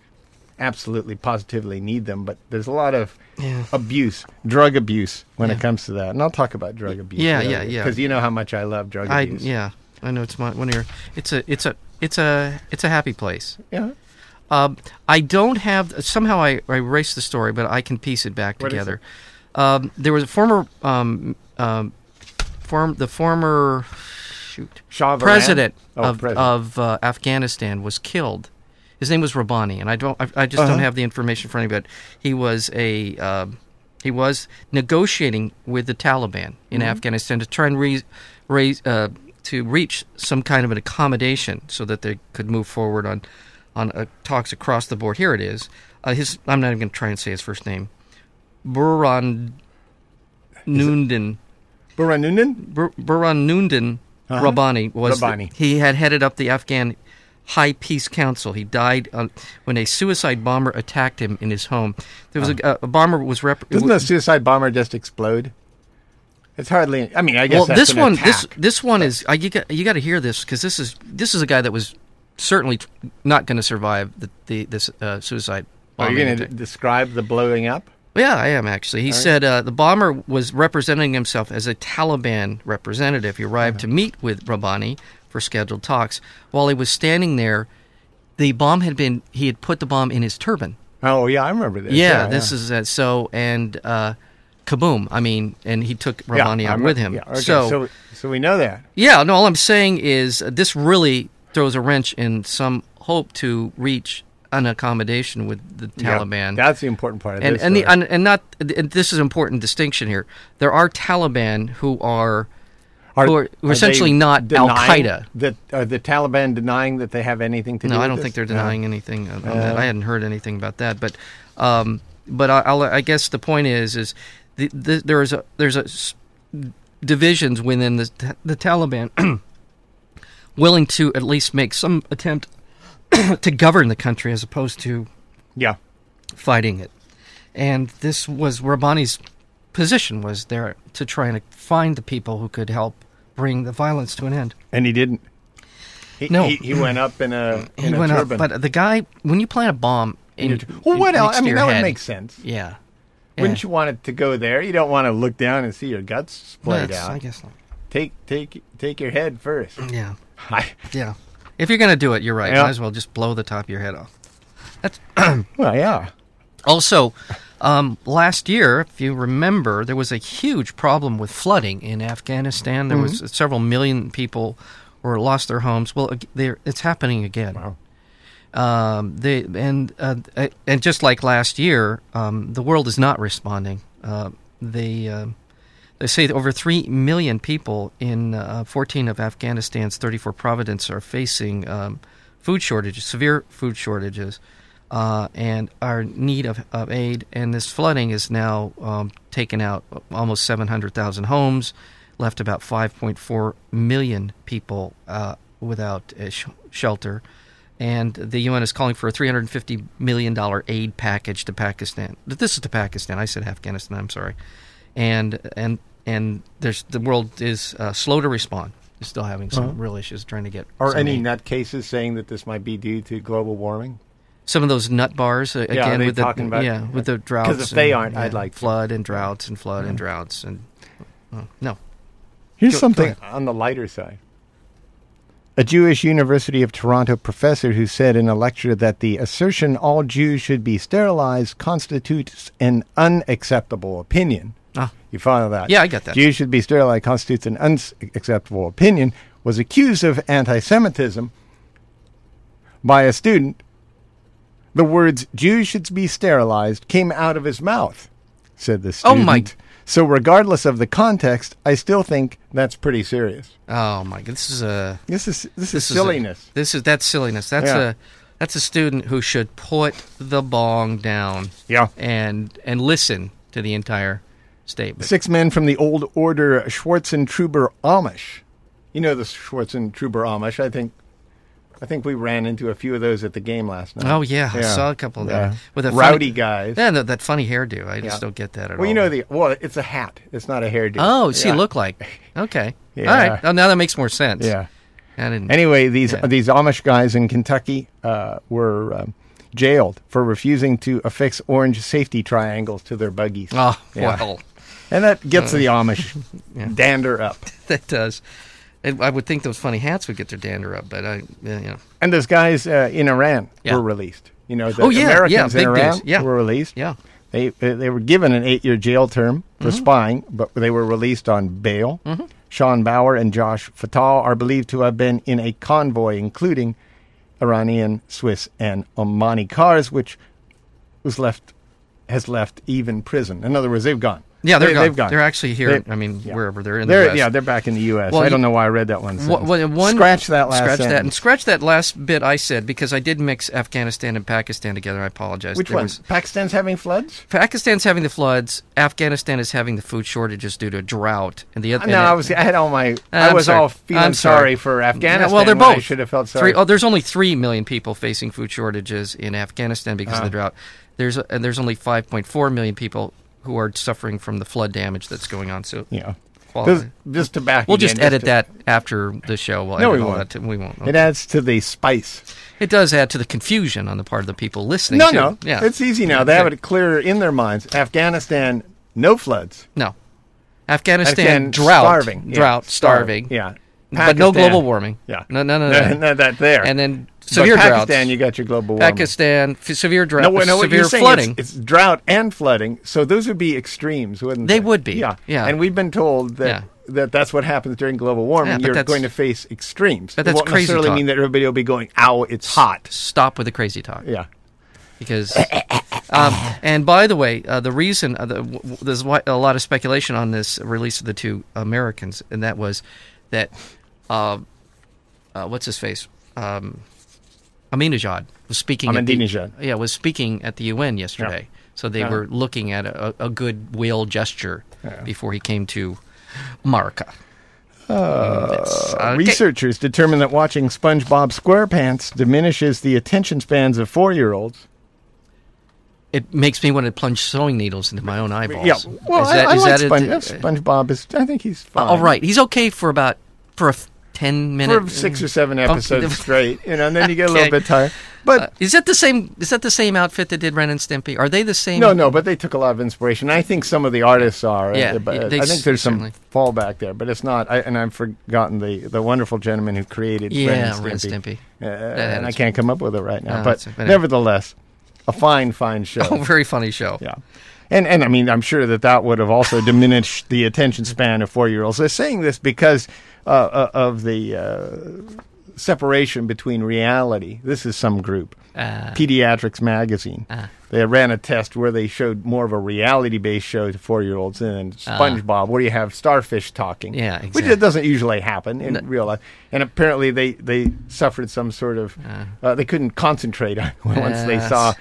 Speaker 1: absolutely positively need them, but there's a lot of
Speaker 2: Yeah.
Speaker 1: abuse, drug abuse when it
Speaker 2: Yeah.
Speaker 1: comes to that. And I'll talk about drug abuse.
Speaker 2: yeah, yeah, yeah.
Speaker 1: Because you know how much I love drug
Speaker 2: I
Speaker 1: abuse.
Speaker 2: yeah. I know it's my one of your. It's a it's a it's a it's a happy place.
Speaker 1: Yeah.
Speaker 2: Um, I don't have somehow I, I erased the story, but I can piece it back
Speaker 1: What is
Speaker 2: together. Um, there was a former um, um, form the former shoot
Speaker 1: Shah Varan?
Speaker 2: president
Speaker 1: Oh,
Speaker 2: of
Speaker 1: president.
Speaker 2: of uh, Afghanistan was killed. His name was Rabbani, and I don't I, I just
Speaker 1: Uh-huh.
Speaker 2: don't have the information in front of me. But he was a um he was negotiating with the Taliban in
Speaker 1: Mm-hmm.
Speaker 2: Afghanistan to try and re- raise uh, to reach some kind of an accommodation so that they could move forward on on uh, talks across the board. Here it is. Uh, his I'm not even going to try and say his first name. Burhan Nunden.
Speaker 1: Buranunin?
Speaker 2: Bur- Burhan Nunden
Speaker 1: Uh-huh.
Speaker 2: Rabbani was the-
Speaker 1: Rabbani.
Speaker 2: he had headed up the Afghan High Peace Council. He died uh, when a suicide bomber attacked him in his home. There was a, a bomber was rep-
Speaker 1: Uh. Doesn't a suicide bomber just explode? It's hardly. I mean, I guess
Speaker 2: well
Speaker 1: that's
Speaker 2: this
Speaker 1: an
Speaker 2: one
Speaker 1: attack.
Speaker 2: this this one is I, you got you got to hear this because this is this is a guy that was certainly t- not going to survive the, the this uh, suicide.
Speaker 1: Are you
Speaker 2: bombing
Speaker 1: going to
Speaker 2: attack.
Speaker 1: describe the blowing up?
Speaker 2: Yeah, I am actually. He said uh, the bomber was representing himself as a Taliban representative. He arrived
Speaker 1: Uh-huh.
Speaker 2: to meet with Rabbani for scheduled talks. While he was standing there, the bomb had been he had put the bomb in his turban.
Speaker 1: Oh yeah, I remember this.
Speaker 2: Yeah, this is uh, so and uh, kaboom! I mean, and he took
Speaker 1: Yeah,
Speaker 2: Rabbani out
Speaker 1: I'm-
Speaker 2: with him.
Speaker 1: yeah, okay,
Speaker 2: So,
Speaker 1: so so we know that.
Speaker 2: yeah, no. All I'm saying is uh, this really throws a wrench in some hope to reach an accommodation with the
Speaker 1: Yeah,
Speaker 2: Taliban
Speaker 1: that's the important part of
Speaker 2: and
Speaker 1: this.
Speaker 2: and, the,
Speaker 1: story.
Speaker 2: and and not and this is an important distinction here. There are Taliban who are who are, who are
Speaker 1: they
Speaker 2: essentially not Al
Speaker 1: denying
Speaker 2: Qaeda.
Speaker 1: That are the Taliban denying that they have anything to do?
Speaker 2: No, I
Speaker 1: with
Speaker 2: don't
Speaker 1: this? Uh,
Speaker 2: think they're
Speaker 1: No.
Speaker 2: denying anything. On, on that. I hadn't heard anything about that, but um, but I, I'll, I guess the point is is the, the, there is a there's a s- divisions within the Ta- the Taliban willing to at least make some attempt to govern the country as opposed to
Speaker 1: Yeah,
Speaker 2: fighting it. And this was Rabbani's position was there to try and find the people who could help bring the violence to an end.
Speaker 1: and he didn't. He,
Speaker 2: No.
Speaker 1: he, he went up in a in
Speaker 2: he
Speaker 1: a
Speaker 2: went up,
Speaker 1: turban.
Speaker 2: but uh, the guy when you plant a bomb in,
Speaker 1: well, what
Speaker 2: in-
Speaker 1: else? I
Speaker 2: next to
Speaker 1: mean,
Speaker 2: your
Speaker 1: that would
Speaker 2: head-
Speaker 1: make sense.
Speaker 2: Yeah.
Speaker 1: Wouldn't you want it to go there? You don't want to look down and see your guts splayed
Speaker 2: That's-
Speaker 1: out.
Speaker 2: I guess not.
Speaker 1: Take take take your head first.
Speaker 2: Yeah.
Speaker 1: I,
Speaker 2: Yeah. If you're going to do it, you're right.
Speaker 1: Yeah.
Speaker 2: Might as well just blow the top of your head off.
Speaker 1: well, yeah.
Speaker 2: Also, um, last year, if you remember, there was a huge problem with flooding in Afghanistan. There was uh, several million people were lost their homes. Well, ag- there- it's happening again. um, they and uh, and just like last year, um, the world is not responding. Uh, they um they say that over three million people in uh, 14 of Afghanistan's 34 provinces are facing um, food shortages, severe food shortages, uh, and are in need of, of aid. And this flooding is now um, taken out almost 700,000 homes, left about 5.4 million people uh, without uh, sh- shelter. And the UN is calling for a 350 million dollar aid package to Pakistan. This is to Pakistan. I said Afghanistan. I'm sorry. And and and there's the world is uh, slow to respond. It's still having some real issues trying to get.
Speaker 1: Uh-huh. Are
Speaker 2: some
Speaker 1: any
Speaker 2: aid.
Speaker 1: nut cases saying that this might be due to global warming?
Speaker 2: some of those nut bars uh,
Speaker 1: Yeah,
Speaker 2: again
Speaker 1: they
Speaker 2: with the
Speaker 1: talking about-
Speaker 2: yeah with the droughts.
Speaker 1: if they
Speaker 2: and-
Speaker 1: aren't, I'd like to.
Speaker 2: flood and droughts and flood and droughts and oh, no.
Speaker 1: Here's
Speaker 2: Go- go
Speaker 1: something
Speaker 2: ahead.
Speaker 1: on the lighter side. A Jewish University of Toronto professor who said in a lecture that the assertion all Jews should be sterilized constitutes an unacceptable opinion.
Speaker 2: Ah.
Speaker 1: You follow that?
Speaker 2: Yeah, I get that.
Speaker 1: Jews should be sterilized constitutes an unacceptable opinion was accused of anti Semitism by a student. The words Jews should be sterilized came out of his mouth, said the
Speaker 2: Oh,
Speaker 1: student.
Speaker 2: my-
Speaker 1: So, regardless of the context, I still think that's pretty serious.
Speaker 2: Oh my! This is a
Speaker 1: This is this,
Speaker 2: this
Speaker 1: is
Speaker 2: is a-
Speaker 1: silliness.
Speaker 2: this is that's silliness. That's
Speaker 1: Yeah.
Speaker 2: a that's a student who should put the bong down
Speaker 1: yeah.
Speaker 2: and and listen to the entire statement.
Speaker 1: Six men from the old order Schwarzentruber Amish. You know the Schwarzentruber Amish. I think, I think we ran into a few of those at the game last night.
Speaker 2: Oh yeah, I saw a couple of them
Speaker 1: Yeah.
Speaker 2: with a
Speaker 1: rowdy
Speaker 2: funny,
Speaker 1: guys.
Speaker 2: Yeah, that, that funny hairdo. I just
Speaker 1: Yeah.
Speaker 2: don't get that at all.
Speaker 1: well, you know the well. It's a hat. It's not a hairdo.
Speaker 2: oh, see,
Speaker 1: Yeah.
Speaker 2: look like okay.
Speaker 1: Yeah.
Speaker 2: All right, oh, now that makes more sense.
Speaker 1: Yeah.
Speaker 2: I didn't.
Speaker 1: Anyway, these
Speaker 2: Yeah.
Speaker 1: these Amish guys in Kentucky uh, were um, jailed for refusing to affix orange safety triangles to their buggies.
Speaker 2: oh
Speaker 1: Yeah.
Speaker 2: well.
Speaker 1: And that gets the Amish dander up.
Speaker 2: that does. And I would think those funny hats would get their dander up, but I, yeah, you know,
Speaker 1: And those guys uh, in Iran
Speaker 2: Yeah.
Speaker 1: were released. You know, the
Speaker 2: Oh, yeah, yeah,
Speaker 1: Americans in
Speaker 2: big
Speaker 1: Iran
Speaker 2: dudes, yeah.
Speaker 1: were released.
Speaker 2: yeah, Mm-hmm.
Speaker 1: They uh, they were given an eight year jail term for spying, but they were released on bail. Sean Bauer and Josh Fatal are believed to have been in a convoy, including Iranian, Swiss, and Omani cars, which was left has left even prison. In other words, they've gone.
Speaker 2: yeah, they're
Speaker 1: they,
Speaker 2: gone.
Speaker 1: They've gone.
Speaker 2: They're actually here.
Speaker 1: They-
Speaker 2: I mean,
Speaker 1: yeah.
Speaker 2: wherever they're in
Speaker 1: They're-
Speaker 2: the West.
Speaker 1: yeah, they're back in the U.S.
Speaker 2: Well,
Speaker 1: I
Speaker 2: you-
Speaker 1: don't know why I read that one.
Speaker 2: Wha- wha-
Speaker 1: sentence.
Speaker 2: one-
Speaker 1: scratch that last
Speaker 2: scratch that,
Speaker 1: sentence.
Speaker 2: and scratch that last bit I said because I did mix Afghanistan and Pakistan together. I apologize.
Speaker 1: Which
Speaker 2: There
Speaker 1: one?
Speaker 2: was-
Speaker 1: Pakistan's having floods?
Speaker 2: Pakistan's having the floods. Afghanistan is having the food shortages due to drought, and the other.
Speaker 1: No, I was. I had all my. I
Speaker 2: Uh, I'm
Speaker 1: was
Speaker 2: sorry.
Speaker 1: all feeling
Speaker 2: I'm
Speaker 1: sorry.
Speaker 2: sorry.
Speaker 1: for Afghanistan.
Speaker 2: well, they're
Speaker 1: when I
Speaker 2: both.
Speaker 1: should have felt sorry.
Speaker 2: Three, oh, there's only three million people facing food shortages in Afghanistan because of the
Speaker 1: Uh-huh.
Speaker 2: drought. There's uh, and there's only 5.4 million people who are suffering from the flood damage that's going on. So
Speaker 1: yeah.
Speaker 2: quality.
Speaker 1: This, this tobacco.
Speaker 2: we'll just
Speaker 1: again,
Speaker 2: edit
Speaker 1: to-
Speaker 2: that after the show. We'll
Speaker 1: No,
Speaker 2: edit
Speaker 1: we
Speaker 2: all
Speaker 1: won't.
Speaker 2: That. We won't.
Speaker 1: It adds to the spice.
Speaker 2: It does add to the confusion on the part of the people listening.
Speaker 1: No,
Speaker 2: too.
Speaker 1: no.
Speaker 2: yeah,
Speaker 1: It's easy now. They have it clearer in their minds. Afghanistan, no floods.
Speaker 2: no. Afghanistan
Speaker 1: Afghan
Speaker 2: drought,
Speaker 1: starving. Yeah,
Speaker 2: drought, starving.
Speaker 1: Yeah.
Speaker 2: but
Speaker 1: Pakistan-
Speaker 2: no global warming.
Speaker 1: Yeah.
Speaker 2: no, no, no,
Speaker 1: No,
Speaker 2: no.
Speaker 1: no, that there.
Speaker 2: And then
Speaker 1: But
Speaker 2: severe
Speaker 1: Pakistan,
Speaker 2: droughts.
Speaker 1: you got your global warming.
Speaker 2: Pakistan, f- severe drought,
Speaker 1: No, no, what
Speaker 2: severe
Speaker 1: you're saying
Speaker 2: flooding.
Speaker 1: It's, it's drought and flooding. So those would be extremes, wouldn't they?
Speaker 2: They would be,
Speaker 1: Yeah.
Speaker 2: yeah.
Speaker 1: And we've been told that
Speaker 2: Yeah.
Speaker 1: that that's what happens during global warming.
Speaker 2: Yeah, but
Speaker 1: you're
Speaker 2: that's-
Speaker 1: going to face extremes.
Speaker 2: But that's
Speaker 1: it won't
Speaker 2: crazy
Speaker 1: necessarily
Speaker 2: talk.
Speaker 1: mean that everybody will be going, "Ow, it's hot."
Speaker 2: Stop with the crazy talk.
Speaker 1: Yeah.
Speaker 2: because um, and by the way uh, the reason uh, the, w- w- there's why, a lot of speculation on this release of the two americans and that was that uh, uh, what's his face um, aminajad was speaking at the-
Speaker 1: Ahmadinejad.
Speaker 2: yeah was speaking at the un yesterday so they were looking at a, a goodwill gesture before he came to uh, Marca.
Speaker 1: Uh, Researchers determined that watching SpongeBob SquarePants diminishes the attention spans of four-year-olds.
Speaker 2: It makes me want to plunge sewing needles into my own eyeballs.
Speaker 1: Yeah. Well,
Speaker 2: Is
Speaker 1: I-
Speaker 2: that-
Speaker 1: I,
Speaker 2: is
Speaker 1: like uh,
Speaker 2: that a- Oh,
Speaker 1: Spon- SpongeBob. Is I think he's fine.
Speaker 2: All right, he's okay for about for a f- ten minute. Mm.
Speaker 1: For six or seven episodes
Speaker 2: Okay.
Speaker 1: straight, you know, and then you get a little
Speaker 2: Okay.
Speaker 1: bit tired. But
Speaker 2: Uh, Is that the same? Is that the same outfit that did Ren and Stimpy? Are they the same?
Speaker 1: No, no, but they took a lot of inspiration. I think some of the artists are.
Speaker 2: Yeah,
Speaker 1: uh, but, uh,
Speaker 2: they
Speaker 1: I think there's some
Speaker 2: certainly-
Speaker 1: fallback there, but it's not. I, and I've forgotten the, the wonderful gentleman who created Ren
Speaker 2: Yeah,
Speaker 1: and
Speaker 2: Ren and
Speaker 1: Stimpy.
Speaker 2: Stimpy.
Speaker 1: Uh,
Speaker 2: had
Speaker 1: and I
Speaker 2: its-
Speaker 1: can't come up with it right now,
Speaker 2: No,
Speaker 1: but
Speaker 2: it's- but anyway.
Speaker 1: nevertheless, a fine, fine show.
Speaker 2: Oh, very funny show.
Speaker 1: Yeah. And, and I mean, I'm sure that that would have also diminished the attention span of four year olds. They're saying this because uh, uh, of the uh, separation between reality. This is some group,
Speaker 2: Ah.
Speaker 1: Pediatrics Magazine. they ran a test where they showed more of a reality based show to four year olds and then SpongeBob, where you have starfish talking.
Speaker 2: Ah. Yeah,
Speaker 1: Which
Speaker 2: exactly.
Speaker 1: it doesn't usually happen in real life. And apparently they, they suffered some sort of, uh, they couldn't concentrate on once they
Speaker 2: Ah. Yes.
Speaker 1: saw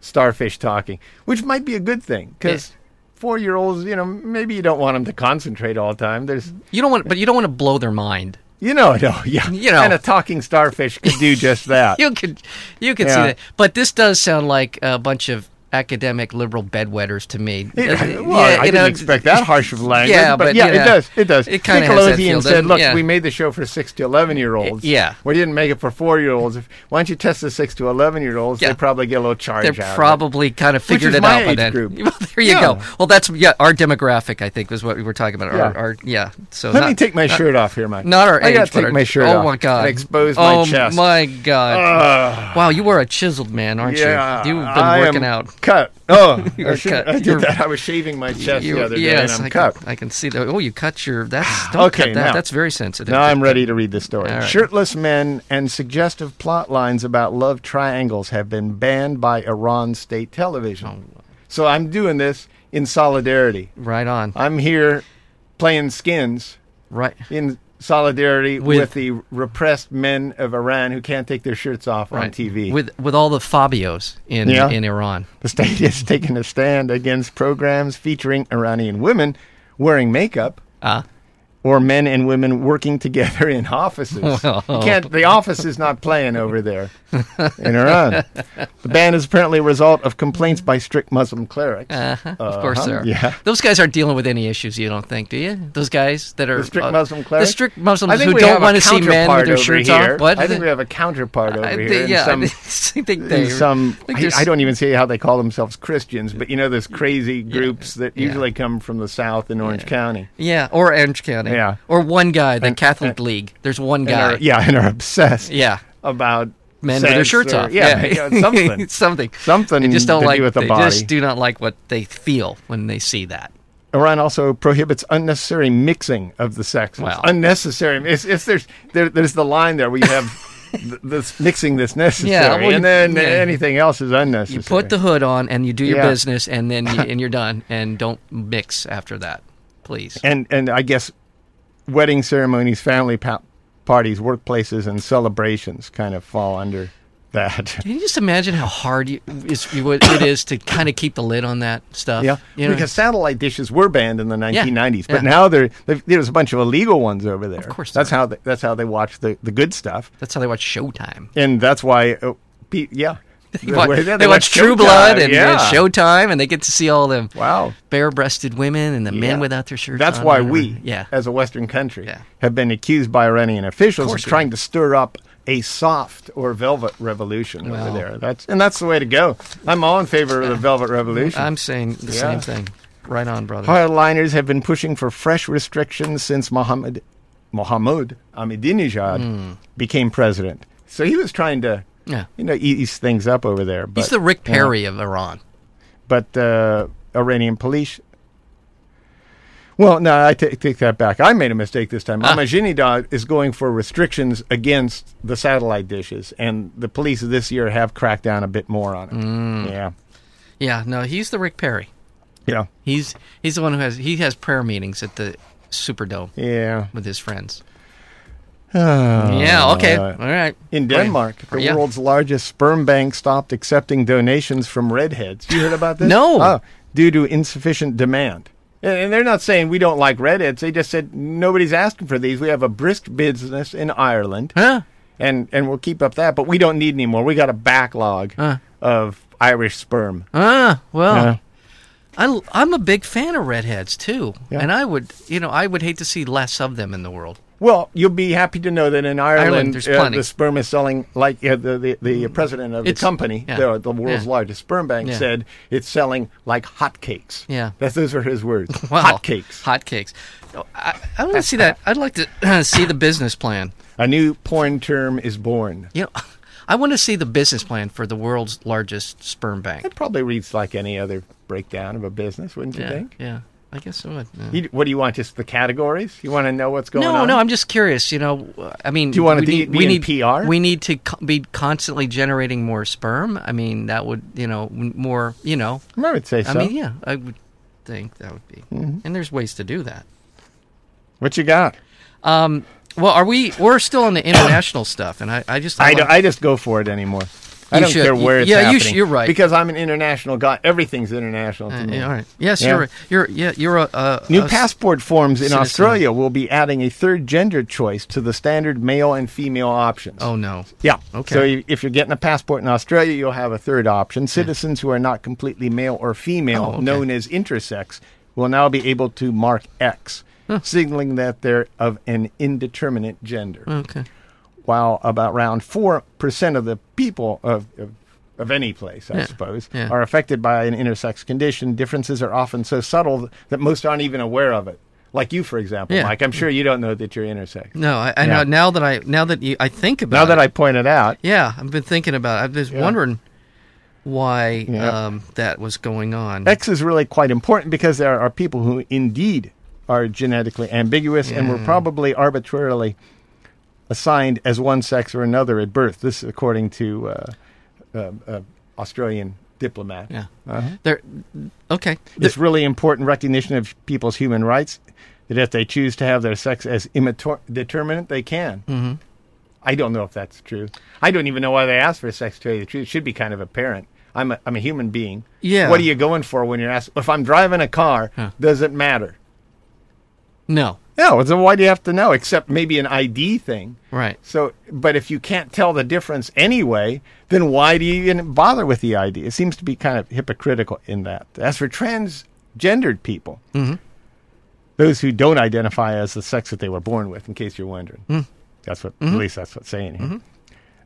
Speaker 1: starfish talking, which might be a good thing because
Speaker 2: Yeah.
Speaker 1: four year olds, you know, maybe you don't want them to concentrate all the time. There's,
Speaker 2: You don't want, but you don't want to blow their mind.
Speaker 1: you know, no, yeah,
Speaker 2: You know.
Speaker 1: and a talking starfish could do just that.
Speaker 2: You could, you could see
Speaker 1: Yeah.
Speaker 2: that. But this does sound like a bunch of academic liberal bedwetters to me.
Speaker 1: It-
Speaker 2: Uh,
Speaker 1: well,
Speaker 2: yeah,
Speaker 1: I
Speaker 2: you
Speaker 1: didn't
Speaker 2: know,
Speaker 1: expect that harsh of language,
Speaker 2: Yeah,
Speaker 1: but,
Speaker 2: but,
Speaker 1: yeah,
Speaker 2: you
Speaker 1: it
Speaker 2: know,
Speaker 1: does. It does.
Speaker 2: it kinda has that
Speaker 1: Nickelodeon
Speaker 2: feel,
Speaker 1: said,
Speaker 2: doesn't it?
Speaker 1: "Look,
Speaker 2: Yeah.
Speaker 1: we made the show for six to eleven year olds.
Speaker 2: yeah.
Speaker 1: we didn't make it for four year olds. Why don't you test the six to eleven year olds?
Speaker 2: Yeah.
Speaker 1: They probably get a little charge
Speaker 2: They're
Speaker 1: out. of it.
Speaker 2: probably kind of figured
Speaker 1: is
Speaker 2: it
Speaker 1: my
Speaker 2: out by
Speaker 1: age
Speaker 2: then.
Speaker 1: group.
Speaker 2: Well, there you
Speaker 1: Yeah.
Speaker 2: go. Well, that's yeah, our demographic. I think was what we were talking about. Our,
Speaker 1: Yeah.
Speaker 2: our yeah. So
Speaker 1: Let
Speaker 2: not,
Speaker 1: me take my shirt off here, Mike.
Speaker 2: not our
Speaker 1: I
Speaker 2: age.
Speaker 1: gotta
Speaker 2: but
Speaker 1: take
Speaker 2: our-
Speaker 1: my shirt
Speaker 2: oh
Speaker 1: off
Speaker 2: my god!
Speaker 1: and expose my
Speaker 2: oh,
Speaker 1: chest.
Speaker 2: my god!
Speaker 1: Ugh.
Speaker 2: wow, you are a chiseled man, aren't
Speaker 1: yeah,
Speaker 2: you? You've been
Speaker 1: I
Speaker 2: working
Speaker 1: am
Speaker 2: out.
Speaker 1: Cut. Oh,
Speaker 2: You're
Speaker 1: I, should,
Speaker 2: cut.
Speaker 1: I did
Speaker 2: You're-
Speaker 1: that. I was shaving my chest
Speaker 2: You-
Speaker 1: the other day,
Speaker 2: yes,
Speaker 1: and I'm
Speaker 2: I
Speaker 1: cut.
Speaker 2: Can, I can see that. Oh, you cut your. That's don't
Speaker 1: Okay,
Speaker 2: cut that.
Speaker 1: now-
Speaker 2: That's very sensitive.
Speaker 1: Now I'm ready to read the story.
Speaker 2: All right.
Speaker 1: Shirtless men and suggestive plot lines about love triangles have been banned by Iran state television.
Speaker 2: Oh.
Speaker 1: So I'm doing this in solidarity.
Speaker 2: Right on.
Speaker 1: I'm here playing skins
Speaker 2: Right.
Speaker 1: in solidarity with,
Speaker 2: With-
Speaker 1: the repressed men of Iran who can't take their shirts off on
Speaker 2: right.
Speaker 1: TV.
Speaker 2: with with all the Fabios in
Speaker 1: Yeah.
Speaker 2: in Iran.
Speaker 1: the state is taking a stand against programs featuring Iranian women wearing makeup.
Speaker 2: Ah,
Speaker 1: or men and women working together in offices. You can't, the office is not playing over there in Iran. The ban is apparently a result of complaints by strict Muslim clerics.
Speaker 2: uh-huh. of course
Speaker 1: Uh-huh.
Speaker 2: there. Are.
Speaker 1: Yeah.
Speaker 2: Those guys aren't dealing with any issues. You don't think, do you? Those guys that are
Speaker 1: The strict
Speaker 2: uh,
Speaker 1: Muslim
Speaker 2: the
Speaker 1: clerics.
Speaker 2: strict
Speaker 1: I
Speaker 2: Muslims
Speaker 1: think
Speaker 2: who
Speaker 1: we
Speaker 2: don't
Speaker 1: have a
Speaker 2: want to see men
Speaker 1: counterpart
Speaker 2: with their
Speaker 1: over
Speaker 2: shirts
Speaker 1: here.
Speaker 2: off. What?
Speaker 1: I think we have a counterpart over
Speaker 2: I
Speaker 1: here.
Speaker 2: think-
Speaker 1: in
Speaker 2: yeah,
Speaker 1: some-
Speaker 2: I think- I think
Speaker 1: in
Speaker 2: they
Speaker 1: some
Speaker 2: I think
Speaker 1: I,
Speaker 2: there's-
Speaker 1: I don't even see how they call themselves Christians, but you know those crazy groups that
Speaker 2: yeah.
Speaker 1: usually come from the South in Orange County.
Speaker 2: Yeah, or Orange County.
Speaker 1: Yeah. uh,
Speaker 2: or one guy, the Catholic League. There's one
Speaker 1: And
Speaker 2: guy.
Speaker 1: are, yeah, and are obsessed
Speaker 2: yeah.
Speaker 1: about
Speaker 2: Men with their
Speaker 1: sex
Speaker 2: shirts
Speaker 1: or-
Speaker 2: off.
Speaker 1: Yeah, you know, something.
Speaker 2: something.
Speaker 1: Something
Speaker 2: They just don't
Speaker 1: to do
Speaker 2: like.
Speaker 1: with the
Speaker 2: they
Speaker 1: body.
Speaker 2: just do not like what they feel when they see that.
Speaker 1: Iran also prohibits unnecessary mixing of the sexes.
Speaker 2: Wow.
Speaker 1: Unnecessary. It's, it's there's there, there's the line there where you have th- this mixing that's necessary,
Speaker 2: well,
Speaker 1: and
Speaker 2: you-
Speaker 1: then
Speaker 2: yeah.
Speaker 1: anything else is unnecessary.
Speaker 2: You put the hood on and you do your
Speaker 1: Yeah.
Speaker 2: business, and then you, and you're done, and don't mix after that, please.
Speaker 1: and and I guess wedding ceremonies, family pa- parties, workplaces, and celebrations kind of fall under that.
Speaker 2: Can you just imagine how hard you, is, you would, it is to kind of keep the lid on that stuff?
Speaker 1: Yeah,
Speaker 2: you know?
Speaker 1: because satellite dishes were banned in the 1990s, but
Speaker 2: yeah.
Speaker 1: now there they've- there's a bunch of illegal ones over there. Of
Speaker 2: course there
Speaker 1: that's how they, that's how they watch the, the good stuff.
Speaker 2: that's how they watch Showtime.
Speaker 1: and that's why, uh, pe- yeah,
Speaker 2: They watch,
Speaker 1: Where-
Speaker 2: they
Speaker 1: they
Speaker 2: watch
Speaker 1: watch
Speaker 2: True
Speaker 1: Showtime,
Speaker 2: Blood and,
Speaker 1: yeah.
Speaker 2: and Showtime, and they get to see all them
Speaker 1: Wow.
Speaker 2: bare-breasted women and the
Speaker 1: Yeah.
Speaker 2: men without their shirts.
Speaker 1: That's
Speaker 2: on,
Speaker 1: why
Speaker 2: whatever.
Speaker 1: we,
Speaker 2: yeah,
Speaker 1: as a Western country,
Speaker 2: Yeah.
Speaker 1: have been accused by Iranian officials of,
Speaker 2: course we
Speaker 1: trying to stir up a soft or velvet revolution over
Speaker 2: Well.
Speaker 1: there. That's and that's the way to go. I'm all in favor of the velvet revolution.
Speaker 2: I'm saying the
Speaker 1: Yeah.
Speaker 2: same thing. Right on, brother.
Speaker 1: Hardliners have been pushing for fresh restrictions since Mohammed Mohammed Ahmadinejad
Speaker 2: Hmm.
Speaker 1: became president. So he was trying to,
Speaker 2: Yeah.
Speaker 1: you know, ease things up over there. But,
Speaker 2: He's the Rick
Speaker 1: yeah.
Speaker 2: Perry of Iran.
Speaker 1: but uh, Iranian police. Well, no, I ta- take that back. I made a mistake this time.
Speaker 2: Ah.
Speaker 1: Ahmadinejad is going for restrictions against the satellite dishes, and the police this year have cracked down a bit more on it. Yeah,
Speaker 2: Yeah, no, he's the Rick Perry.
Speaker 1: yeah,
Speaker 2: He's he's the one who has he has prayer meetings at the Superdome
Speaker 1: yeah.
Speaker 2: with his friends.
Speaker 1: Ah.
Speaker 2: yeah, okay.
Speaker 1: right.
Speaker 2: All right.
Speaker 1: In Denmark, the
Speaker 2: Yeah.
Speaker 1: world's largest sperm bank stopped accepting donations from redheads. You heard about this?
Speaker 2: No.
Speaker 1: Oh, due to insufficient demand. And- And they're not saying we don't like redheads. They just said nobody's asking for these. We have a brisk business in Ireland,
Speaker 2: Huh?
Speaker 1: and and we'll keep up that. But we don't need any more. We got a backlog
Speaker 2: Huh.
Speaker 1: of Irish sperm.
Speaker 2: Ah, well,
Speaker 1: Yeah.
Speaker 2: I, I'm a big fan of redheads too,
Speaker 1: Yeah.
Speaker 2: and I would, you know, I would hate to see less of them in the world.
Speaker 1: Well, you'll be happy to know that in Ireland,
Speaker 2: there's
Speaker 1: uh,
Speaker 2: plenty. Mm.
Speaker 1: the sperm is selling like uh, the, the the president of
Speaker 2: It's-
Speaker 1: the company,
Speaker 2: yeah.
Speaker 1: the, the world's
Speaker 2: Yeah.
Speaker 1: largest sperm bank,
Speaker 2: Yeah.
Speaker 1: said it's selling like hotcakes.
Speaker 2: Yeah.
Speaker 1: That's, those are his words.
Speaker 2: Wow.
Speaker 1: Hotcakes.
Speaker 2: Hotcakes. No, I, I want to see that. I'd like to see the business plan.
Speaker 1: A new porn term is born.
Speaker 2: You know, I want to see the business plan for the world's largest sperm bank.
Speaker 1: It probably reads like any other breakdown of a business, wouldn't you
Speaker 2: Yeah,
Speaker 1: think?
Speaker 2: yeah. I guess I would. yeah.
Speaker 1: You, what do you want? Just the categories? You want to know what's going
Speaker 2: no,
Speaker 1: on?
Speaker 2: no, I'm just curious. You know, I mean, do
Speaker 1: you wanna
Speaker 2: we
Speaker 1: be-
Speaker 2: need,
Speaker 1: be
Speaker 2: we
Speaker 1: in
Speaker 2: need
Speaker 1: PR?
Speaker 2: We need to co- be constantly generating more sperm. I mean, that would you know m- more you know.
Speaker 1: I would say so. Mm-hmm.
Speaker 2: I mean, yeah, I would think that would be. And there's ways to do that.
Speaker 1: What you got?
Speaker 2: Um, well, are we? We're still on the international stuff, and I, I just
Speaker 1: I,
Speaker 2: wanna-
Speaker 1: don't, I just go for it anymore. I
Speaker 2: You
Speaker 1: don't
Speaker 2: should.
Speaker 1: care where
Speaker 2: You-
Speaker 1: it's
Speaker 2: yeah, you
Speaker 1: happening.
Speaker 2: sh- you're right.
Speaker 1: Because I'm an international guy. Everything's international to
Speaker 2: Uh,
Speaker 1: me.
Speaker 2: yeah, all right. Yes,
Speaker 1: Yeah.
Speaker 2: you're right. You're yeah. You're a, a
Speaker 1: New
Speaker 2: a s-
Speaker 1: passport forms in
Speaker 2: citizen.
Speaker 1: Australia will be adding a third gender choice to the standard male and female options.
Speaker 2: Oh no.
Speaker 1: Yeah.
Speaker 2: Okay.
Speaker 1: So you- if you're getting a passport in Australia, you'll have a third option. Citizens who are not completely male or female,
Speaker 2: Oh, okay.
Speaker 1: known as intersex, will now be able to mark X, signaling that they're of an indeterminate gender.
Speaker 2: Okay.
Speaker 1: While about around 4% of the people of, of of any place, I
Speaker 2: Yeah.
Speaker 1: suppose,
Speaker 2: Yeah.
Speaker 1: are affected by an intersex condition. Differences are often so subtle that most aren't even aware of it. Like you, for example,
Speaker 2: Yeah. Mm.
Speaker 1: Mike. I'm sure you don't know that you're intersex.
Speaker 2: No, I, I
Speaker 1: Yeah.
Speaker 2: know now that I now that you I think about
Speaker 1: Now that
Speaker 2: it,
Speaker 1: I point it out,
Speaker 2: yeah I've been thinking about it. I've been wondering why
Speaker 1: Yeah.
Speaker 2: um, that was going on.
Speaker 1: X is really quite important because there are people who indeed are genetically ambiguous and were probably arbitrarily assigned as one sex or another at birth. This, is according to uh, uh, uh, Australian diplomat,
Speaker 2: Yeah.
Speaker 1: Uh-huh.
Speaker 2: There. Okay.
Speaker 1: it's really important recognition of people's human rights that if they choose to have their sex as indeterminate, they can. Mm-hmm. I don't know if that's true. I don't even know why they ask for sex. To tell you the truth, it should be kind of apparent. I'm a, I'm a human being.
Speaker 2: Yeah.
Speaker 1: What are you going for when you're asked? If I'm driving a car,
Speaker 2: Huh.
Speaker 1: does it matter?
Speaker 2: No.
Speaker 1: No. So why do you have to know? Except maybe an ID thing.
Speaker 2: Right.
Speaker 1: So, but if you can't tell the difference anyway, then why do you even bother with the idea? It seems to be kind of hypocritical in that. As for transgendered people, those who don't identify as the sex that they were born with, in case you're wondering, that's what at least that's what's saying here.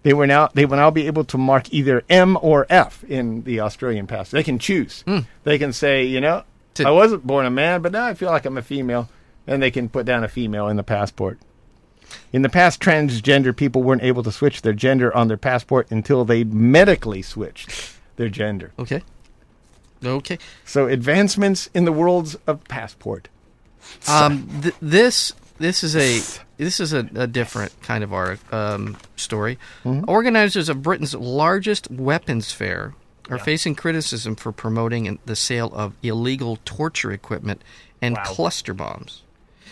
Speaker 1: They were now they will now be able to mark either M or F in the Australian passport. They can choose. They can say, you know,
Speaker 2: To-
Speaker 1: I wasn't born a man, but now I feel like I'm a female, and they can put down a female in the passport. In the past, transgender people weren't able to switch their gender on their passport until they medically switched their gender.
Speaker 2: Okay. Okay.
Speaker 1: So, advancements in the worlds of passport.
Speaker 2: Um, th- this this is a this is a, a different kind of art, um, story.
Speaker 1: Mm-hmm.
Speaker 2: Organizers of Britain's largest weapons fair are facing criticism for promoting an- the sale of illegal torture equipment and cluster bombs.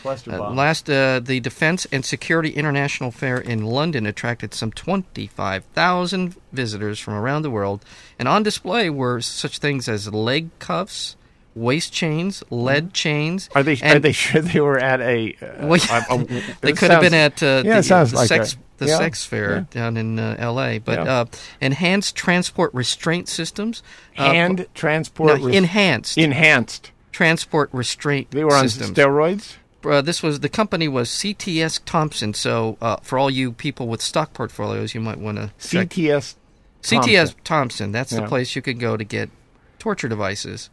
Speaker 1: Cluster
Speaker 2: Uh, last, uh, the Defense and Security International Fair in London attracted some 25,000 visitors from around the world, and on display were such things as leg cuffs, waist chains, lead chains.
Speaker 1: Mm-hmm. Are they
Speaker 2: and
Speaker 1: are they sure they were at a? Uh,
Speaker 2: well,
Speaker 1: a- a-
Speaker 2: they
Speaker 1: it
Speaker 2: could have been
Speaker 1: sounds-
Speaker 2: at uh,
Speaker 1: yeah,
Speaker 2: the,
Speaker 1: it sounds
Speaker 2: the
Speaker 1: like
Speaker 2: sex
Speaker 1: that.
Speaker 2: the
Speaker 1: Yeah.
Speaker 2: sex fair down in uh, L.A. But
Speaker 1: Yeah.
Speaker 2: uh, enhanced transport restraint systems, uh,
Speaker 1: hand
Speaker 2: no,
Speaker 1: transport res-
Speaker 2: enhanced
Speaker 1: enhanced.
Speaker 2: transport restraint.
Speaker 1: They were on
Speaker 2: systems.
Speaker 1: steroids.
Speaker 2: Uh, this was the company was CTS Thompson. So uh, for all you people with stock portfolios, you might want to check
Speaker 1: CTS.
Speaker 2: CTS Thompson. That's the
Speaker 1: Yeah.
Speaker 2: place you can go to get torture devices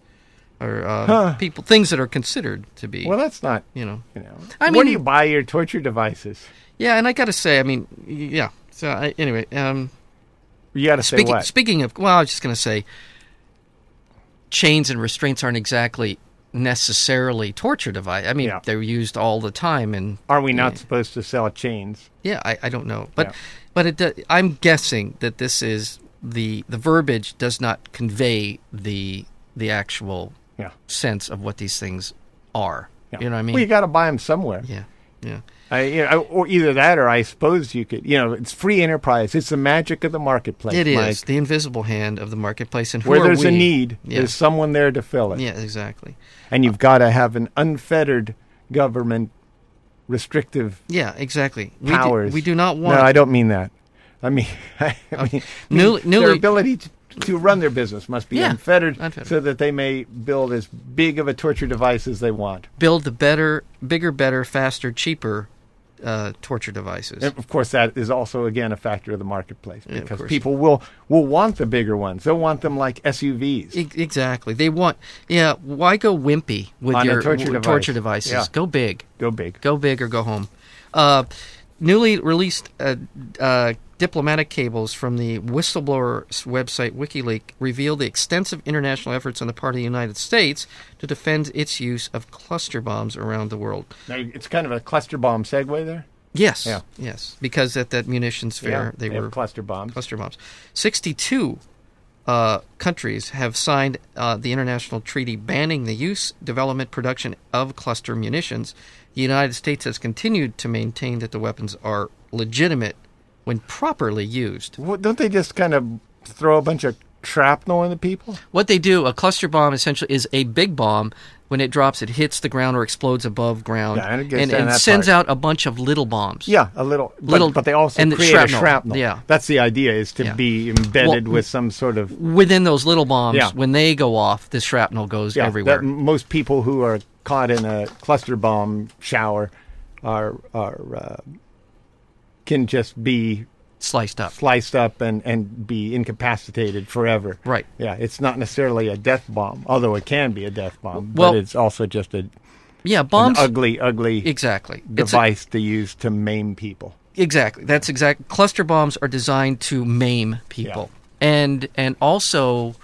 Speaker 2: or uh, people things that are considered to be.
Speaker 1: Well, that's not.
Speaker 2: you know,
Speaker 1: You know,
Speaker 2: I
Speaker 1: where do
Speaker 2: mean-
Speaker 1: you buy your torture devices?
Speaker 2: yeah, and I got to say, I mean, y- yeah. So I, anyway, um,
Speaker 1: You got to say
Speaker 2: Speaking,
Speaker 1: what?
Speaker 2: speaking of, well, I was just going to say, chains and restraints aren't exactly necessarily torture device. I mean,
Speaker 1: Yeah.
Speaker 2: they're used all the time, and
Speaker 1: Are we not supposed to sell chains?
Speaker 2: yeah, I, I don't know, but
Speaker 1: Yeah.
Speaker 2: but it. do- I'm guessing that this is the the verbiage does not convey the the actual
Speaker 1: Yeah.
Speaker 2: sense of what these things are.
Speaker 1: Yeah.
Speaker 2: You know what I mean?
Speaker 1: Well, you got to buy them somewhere.
Speaker 2: yeah, yeah.
Speaker 1: I, you know, I- or either that, or I suppose you could. You know, it's free enterprise. It's the magic of the marketplace.
Speaker 2: It is
Speaker 1: Mike.
Speaker 2: the invisible hand of the marketplace, and who
Speaker 1: Where
Speaker 2: are
Speaker 1: there's a
Speaker 2: we?
Speaker 1: need,
Speaker 2: Yeah.
Speaker 1: there's someone there to fill it,
Speaker 2: yeah, exactly.
Speaker 1: and you've got to have an unfettered government restrictive
Speaker 2: Yeah, exactly. We
Speaker 1: powers.
Speaker 2: Do, we do not want.
Speaker 1: No, I don't mean that. I mean, I mean,
Speaker 2: Newly-
Speaker 1: mean their
Speaker 2: newly-
Speaker 1: ability to, to run their business must be
Speaker 2: Yeah,
Speaker 1: unfettered,
Speaker 2: unfettered.
Speaker 1: so that they may build as big of a torture device as they want.
Speaker 2: build the better, bigger, better, faster, cheaper uh, torture devices.
Speaker 1: And of course, that is also again a factor of the marketplace
Speaker 2: of
Speaker 1: because
Speaker 2: course.
Speaker 1: people will will want the bigger ones. They'll want them like SUVs.
Speaker 2: E- exactly. They want. Yeah. Why go wimpy with
Speaker 1: On a
Speaker 2: your
Speaker 1: torture
Speaker 2: w-
Speaker 1: device.
Speaker 2: torture devices?
Speaker 1: Yeah.
Speaker 2: Go big.
Speaker 1: Go big.
Speaker 2: Go big or go home. Uh, newly released uh, uh, diplomatic cables from the whistleblower website WikiLeaks reveal the extensive international efforts on the part of the United States to defend its use of cluster bombs around the world.
Speaker 1: Now, it's kind of a cluster bomb segue there.
Speaker 2: Yes.
Speaker 1: Yeah.
Speaker 2: Yes. Because at that munitions fair,
Speaker 1: yeah,
Speaker 2: they,
Speaker 1: have
Speaker 2: were
Speaker 1: cluster bombs.
Speaker 2: cluster bombs. 62 uh, countries have signed uh, the international treaty banning the use, development, production of cluster munitions. The United States has continued to maintain that the weapons are legitimate when properly used.
Speaker 1: What, don't they just kind of throw a bunch of shrapnel in the people?
Speaker 2: What they do, a cluster bomb essentially is a big bomb. When it drops, it hits the ground or explodes above ground
Speaker 1: Yeah, I
Speaker 2: and,
Speaker 1: understand
Speaker 2: and
Speaker 1: that
Speaker 2: sends
Speaker 1: part.
Speaker 2: out a bunch of little bombs.
Speaker 1: Yeah, a little, but-
Speaker 2: Little-
Speaker 1: but, they also
Speaker 2: and the
Speaker 1: create
Speaker 2: shrapnel,
Speaker 1: a shrapnel.
Speaker 2: yeah.
Speaker 1: that's the idea is to
Speaker 2: Yeah.
Speaker 1: be embedded
Speaker 2: Well,
Speaker 1: with some sort of
Speaker 2: Within those little bombs,
Speaker 1: Yeah.
Speaker 2: when they go off, the shrapnel goes
Speaker 1: yeah,
Speaker 2: everywhere.
Speaker 1: That most people who are caught in a cluster bomb shower are are uh, can just be
Speaker 2: sliced up.
Speaker 1: sliced up and and be incapacitated forever.
Speaker 2: Right.
Speaker 1: Yeah, it's not necessarily a death bomb, although it can be a death bomb.
Speaker 2: Well-
Speaker 1: but it's also just a
Speaker 2: Yeah, bombs.
Speaker 1: an ugly, ugly
Speaker 2: exactly. It's a-
Speaker 1: device to use to maim people.
Speaker 2: exactly. That's exact. Cluster bombs are designed to maim people, and and also,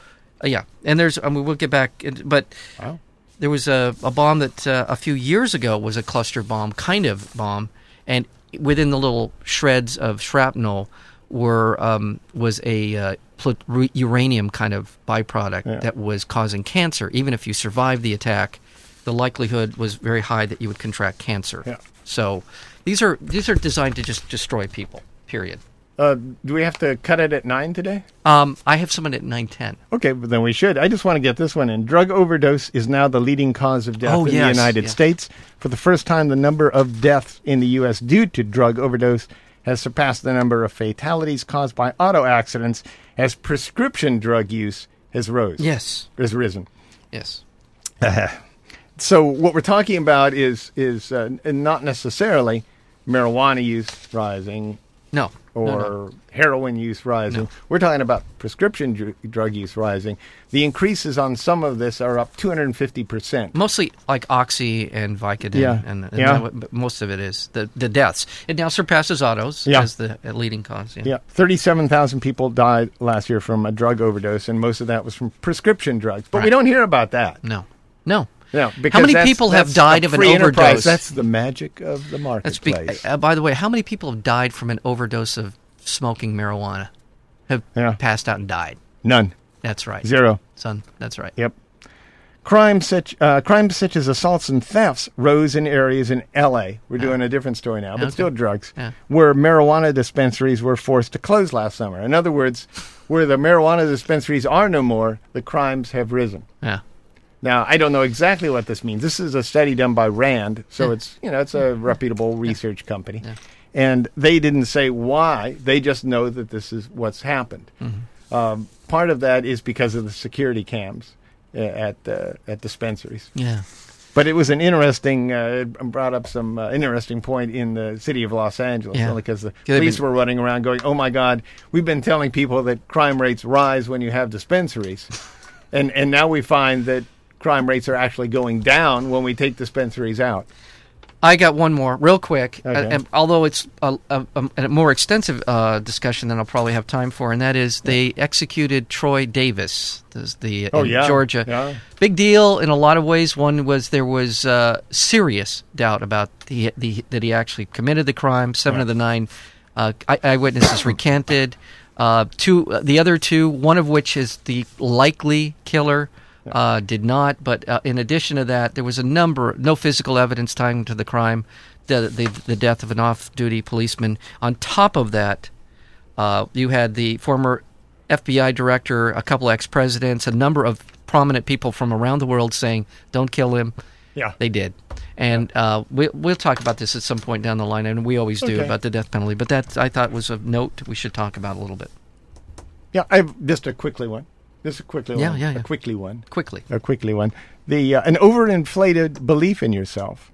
Speaker 2: uh, yeah. And there's. I mean, we'll get back. in- But
Speaker 1: Wow.
Speaker 2: there was a, a bomb that uh, a few years ago was a cluster bomb, kind of bomb, and within the little shreds of shrapnel were um, was a uh, plut- ru- uranium kind of byproduct that was causing cancer. Even if you survived the attack, the likelihood was very high that you would contract cancer.
Speaker 1: Yeah.
Speaker 2: So these are these are designed to just destroy people. Period.
Speaker 1: Uh, do we have to cut it at nine today?
Speaker 2: Um, I have someone at nine ten.
Speaker 1: Okay, but then we should. I just want to get this one in. Drug overdose is now the leading cause of death
Speaker 2: Oh,
Speaker 1: in the
Speaker 2: yes,
Speaker 1: United
Speaker 2: yes.
Speaker 1: States. For the first time, the number of deaths in the U.S. due to drug overdose has surpassed the number of fatalities caused by auto accidents as prescription drug use has rose.
Speaker 2: Yes.
Speaker 1: Has risen.
Speaker 2: Yes.
Speaker 1: So what we're talking about is is uh, n- not necessarily marijuana use rising
Speaker 2: No.
Speaker 1: or
Speaker 2: no, no.
Speaker 1: heroin use rising. We're talking about prescription dr- drug use rising. The increases on some of this are up 250%.
Speaker 2: mostly like oxy and Vicodin,
Speaker 1: Yeah.
Speaker 2: and, and
Speaker 1: Yeah.
Speaker 2: that what- but most of it is the the deaths. It now surpasses autos
Speaker 1: Yeah.
Speaker 2: as the leading cause. Yeah.
Speaker 1: Yeah, 37,000 people died last year from a drug overdose, and most of that was from prescription drugs. But we
Speaker 2: Right.
Speaker 1: don't hear about that.
Speaker 2: No, no.
Speaker 1: No, because
Speaker 2: How many
Speaker 1: that's-
Speaker 2: people have
Speaker 1: that's
Speaker 2: died
Speaker 1: a
Speaker 2: of an
Speaker 1: free enterprise.
Speaker 2: overdose?
Speaker 1: That's the magic of the
Speaker 2: That's be-
Speaker 1: marketplace.
Speaker 2: uh, by the way, how many people have died from an overdose of smoking marijuana? Have
Speaker 1: Yeah.
Speaker 2: passed out and died.
Speaker 1: None.
Speaker 2: That's right.
Speaker 1: Zero.
Speaker 2: Son, that's right.
Speaker 1: Yep. Crimes such uh, crimes such as assaults and thefts rose in areas in L.A. We're doing a different story now, but
Speaker 2: Okay.
Speaker 1: still drugs.
Speaker 2: Yeah.
Speaker 1: Where marijuana dispensaries were forced to close last summer. In other words, where the marijuana dispensaries are no more, the crimes have risen.
Speaker 2: Yeah.
Speaker 1: Now, I don't know exactly what this means. This is a study done by Rand, so it's you know it's a reputable research company, and they didn't say why. They just know that this is what's happened. Um, part of that is because of the security cams uh, at uh, at dispensaries.
Speaker 2: Yeah.
Speaker 1: But it was an interesting, uh, it brought up some uh, interesting point in the city of Los Angeles,
Speaker 2: Yeah.
Speaker 1: only because the
Speaker 2: they've
Speaker 1: police
Speaker 2: been-
Speaker 1: were running around going, oh my God, we've been telling people that crime rates rise when you have dispensaries. and, and now we find that crime rates are actually going down when we take dispensaries out.
Speaker 2: I got one more, real quick. uh,
Speaker 1: Okay.
Speaker 2: and although it's a, a, a- a more extensive uh, discussion than I'll probably have time for, and that is they executed Troy Davis, this- the
Speaker 1: Oh,
Speaker 2: in
Speaker 1: yeah.
Speaker 2: Georgia.
Speaker 1: Yeah.
Speaker 2: Big deal in a lot of ways. One was there was uh, serious doubt about the, the that he actually committed the crime. Seven of the nine uh, ey- eyewitnesses recanted. Uh, two, the other two, one of which is the likely killer, uh, did not. But uh, in addition to that, there was a number, no physical evidence tying to the crime, the the, the death of an off-duty policeman. On top of that, uh, you had the former FBI director, a couple ex presidents, a number of prominent people from around the world saying, "Don't kill him."
Speaker 1: Yeah.
Speaker 2: they did, and uh, we, we'll talk about this at some point down the line, and we always do
Speaker 1: Okay.
Speaker 2: about the death penalty. But that I thought was a note we should talk about a little bit
Speaker 1: Yeah, I've just a quickly one. Just a quickly
Speaker 2: Yeah,
Speaker 1: one.
Speaker 2: yeah,
Speaker 1: A
Speaker 2: yeah.
Speaker 1: quickly one.
Speaker 2: quickly.
Speaker 1: A quickly one. The uh, an overinflated belief in yourself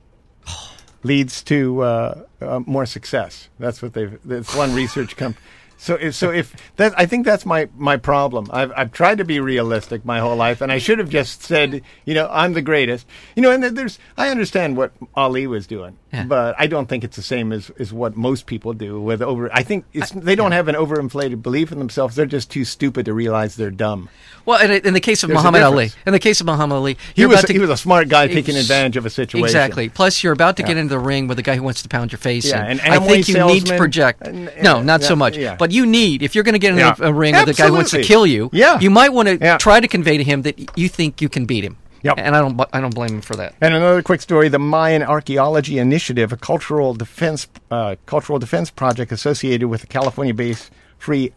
Speaker 1: leads to uh, uh, more success. That's what they've. That's one research company. So if so if that I think that's my my problem. I've I've tried to be realistic my whole life, and I should have just said, you know, I'm the greatest. You know, and that there's I understand what Ali was doing,
Speaker 2: Yeah.
Speaker 1: but I don't think it's the same as is what most people do with over. I think it's they don't have an overinflated belief in themselves. They're just too stupid to realize they're dumb.
Speaker 2: Well, in, in the case of
Speaker 1: There's a
Speaker 2: Muhammad Ali,
Speaker 1: difference.
Speaker 2: in the case of Muhammad Ali,
Speaker 1: He
Speaker 2: you're
Speaker 1: was
Speaker 2: about to,
Speaker 1: he was a smart guy taking
Speaker 2: Ex-
Speaker 1: advantage of a situation.
Speaker 2: Exactly. Plus, you're about to get into the ring with a guy who wants to pound your face.
Speaker 1: Yeah,
Speaker 2: in.
Speaker 1: and
Speaker 2: I think
Speaker 1: Amway
Speaker 2: you need to
Speaker 1: salesman,
Speaker 2: project.
Speaker 1: and- and-
Speaker 2: no, not so
Speaker 1: yeah,
Speaker 2: much.
Speaker 1: yeah.
Speaker 2: But you need, if you're going to get in
Speaker 1: Yeah.
Speaker 2: a, a ring with a guy who wants to
Speaker 1: Absolutely.
Speaker 2: kill you,
Speaker 1: Yeah.
Speaker 2: you might want to
Speaker 1: Yeah.
Speaker 2: try to convey to him that y- you think you can beat him.
Speaker 1: Yep.
Speaker 2: And I don't, bu- I don't blame him for that.
Speaker 1: And another quick story: the Mayan Archaeology Initiative, a cultural defense uh, cultural defense project associated with the California-based Free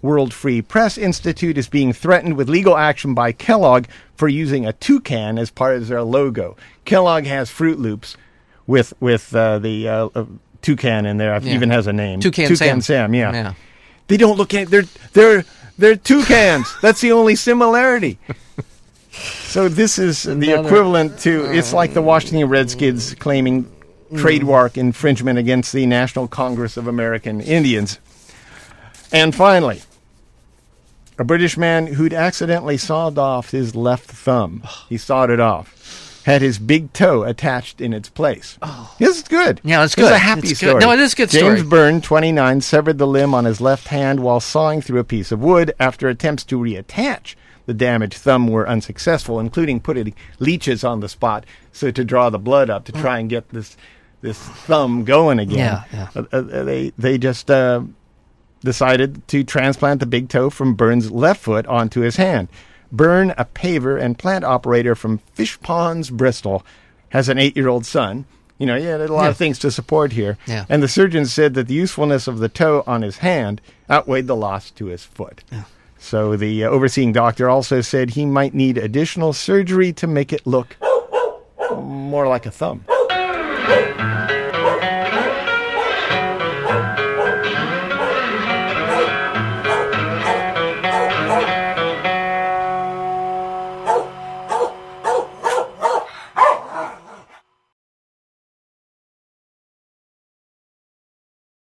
Speaker 1: World Free Press Institute, is being threatened with legal action by Kellogg for using a toucan as part of their logo. Kellogg has Fruit Loops with with uh, the uh, uh, toucan in there. It
Speaker 2: Yeah.
Speaker 1: even has a name.
Speaker 2: Toucan Sam.
Speaker 1: toucan Sam. Yeah.
Speaker 2: Yeah.
Speaker 1: They don't look at they're they're they're toucans. That's the only similarity. So this is the
Speaker 2: Another-
Speaker 1: equivalent to it's like the Washington Redskins claiming trademark infringement against the National Congress of American Indians. And finally, a British man who'd accidentally sawed off his left thumb. He sawed it off. Had his big toe attached in its place. This is Oh. good.
Speaker 2: Yeah, that's
Speaker 1: This is
Speaker 2: good.
Speaker 1: a happy
Speaker 2: It's good.
Speaker 1: story.
Speaker 2: No, it is a good
Speaker 1: James
Speaker 2: story.
Speaker 1: Byrne, 29, severed the limb on his left hand while sawing through a piece of wood. After attempts to reattach the damaged thumb were unsuccessful, including putting leeches on the spot so to draw the blood up to try and get this this thumb going again.
Speaker 2: Yeah,
Speaker 1: Uh, uh, they they just uh, decided to transplant the big toe from Byrne's left foot onto his hand. Byrne, a paver and plant operator from Fish Ponds, Bristol, has an eight year old son. You know, yeah, there's a lot of
Speaker 2: Yeah.
Speaker 1: things to support here.
Speaker 2: Yeah.
Speaker 1: And the surgeon said that the usefulness of the toe on his hand outweighed the loss to his foot. So the uh, overseeing doctor also said he might need additional surgery to make it look more like a thumb.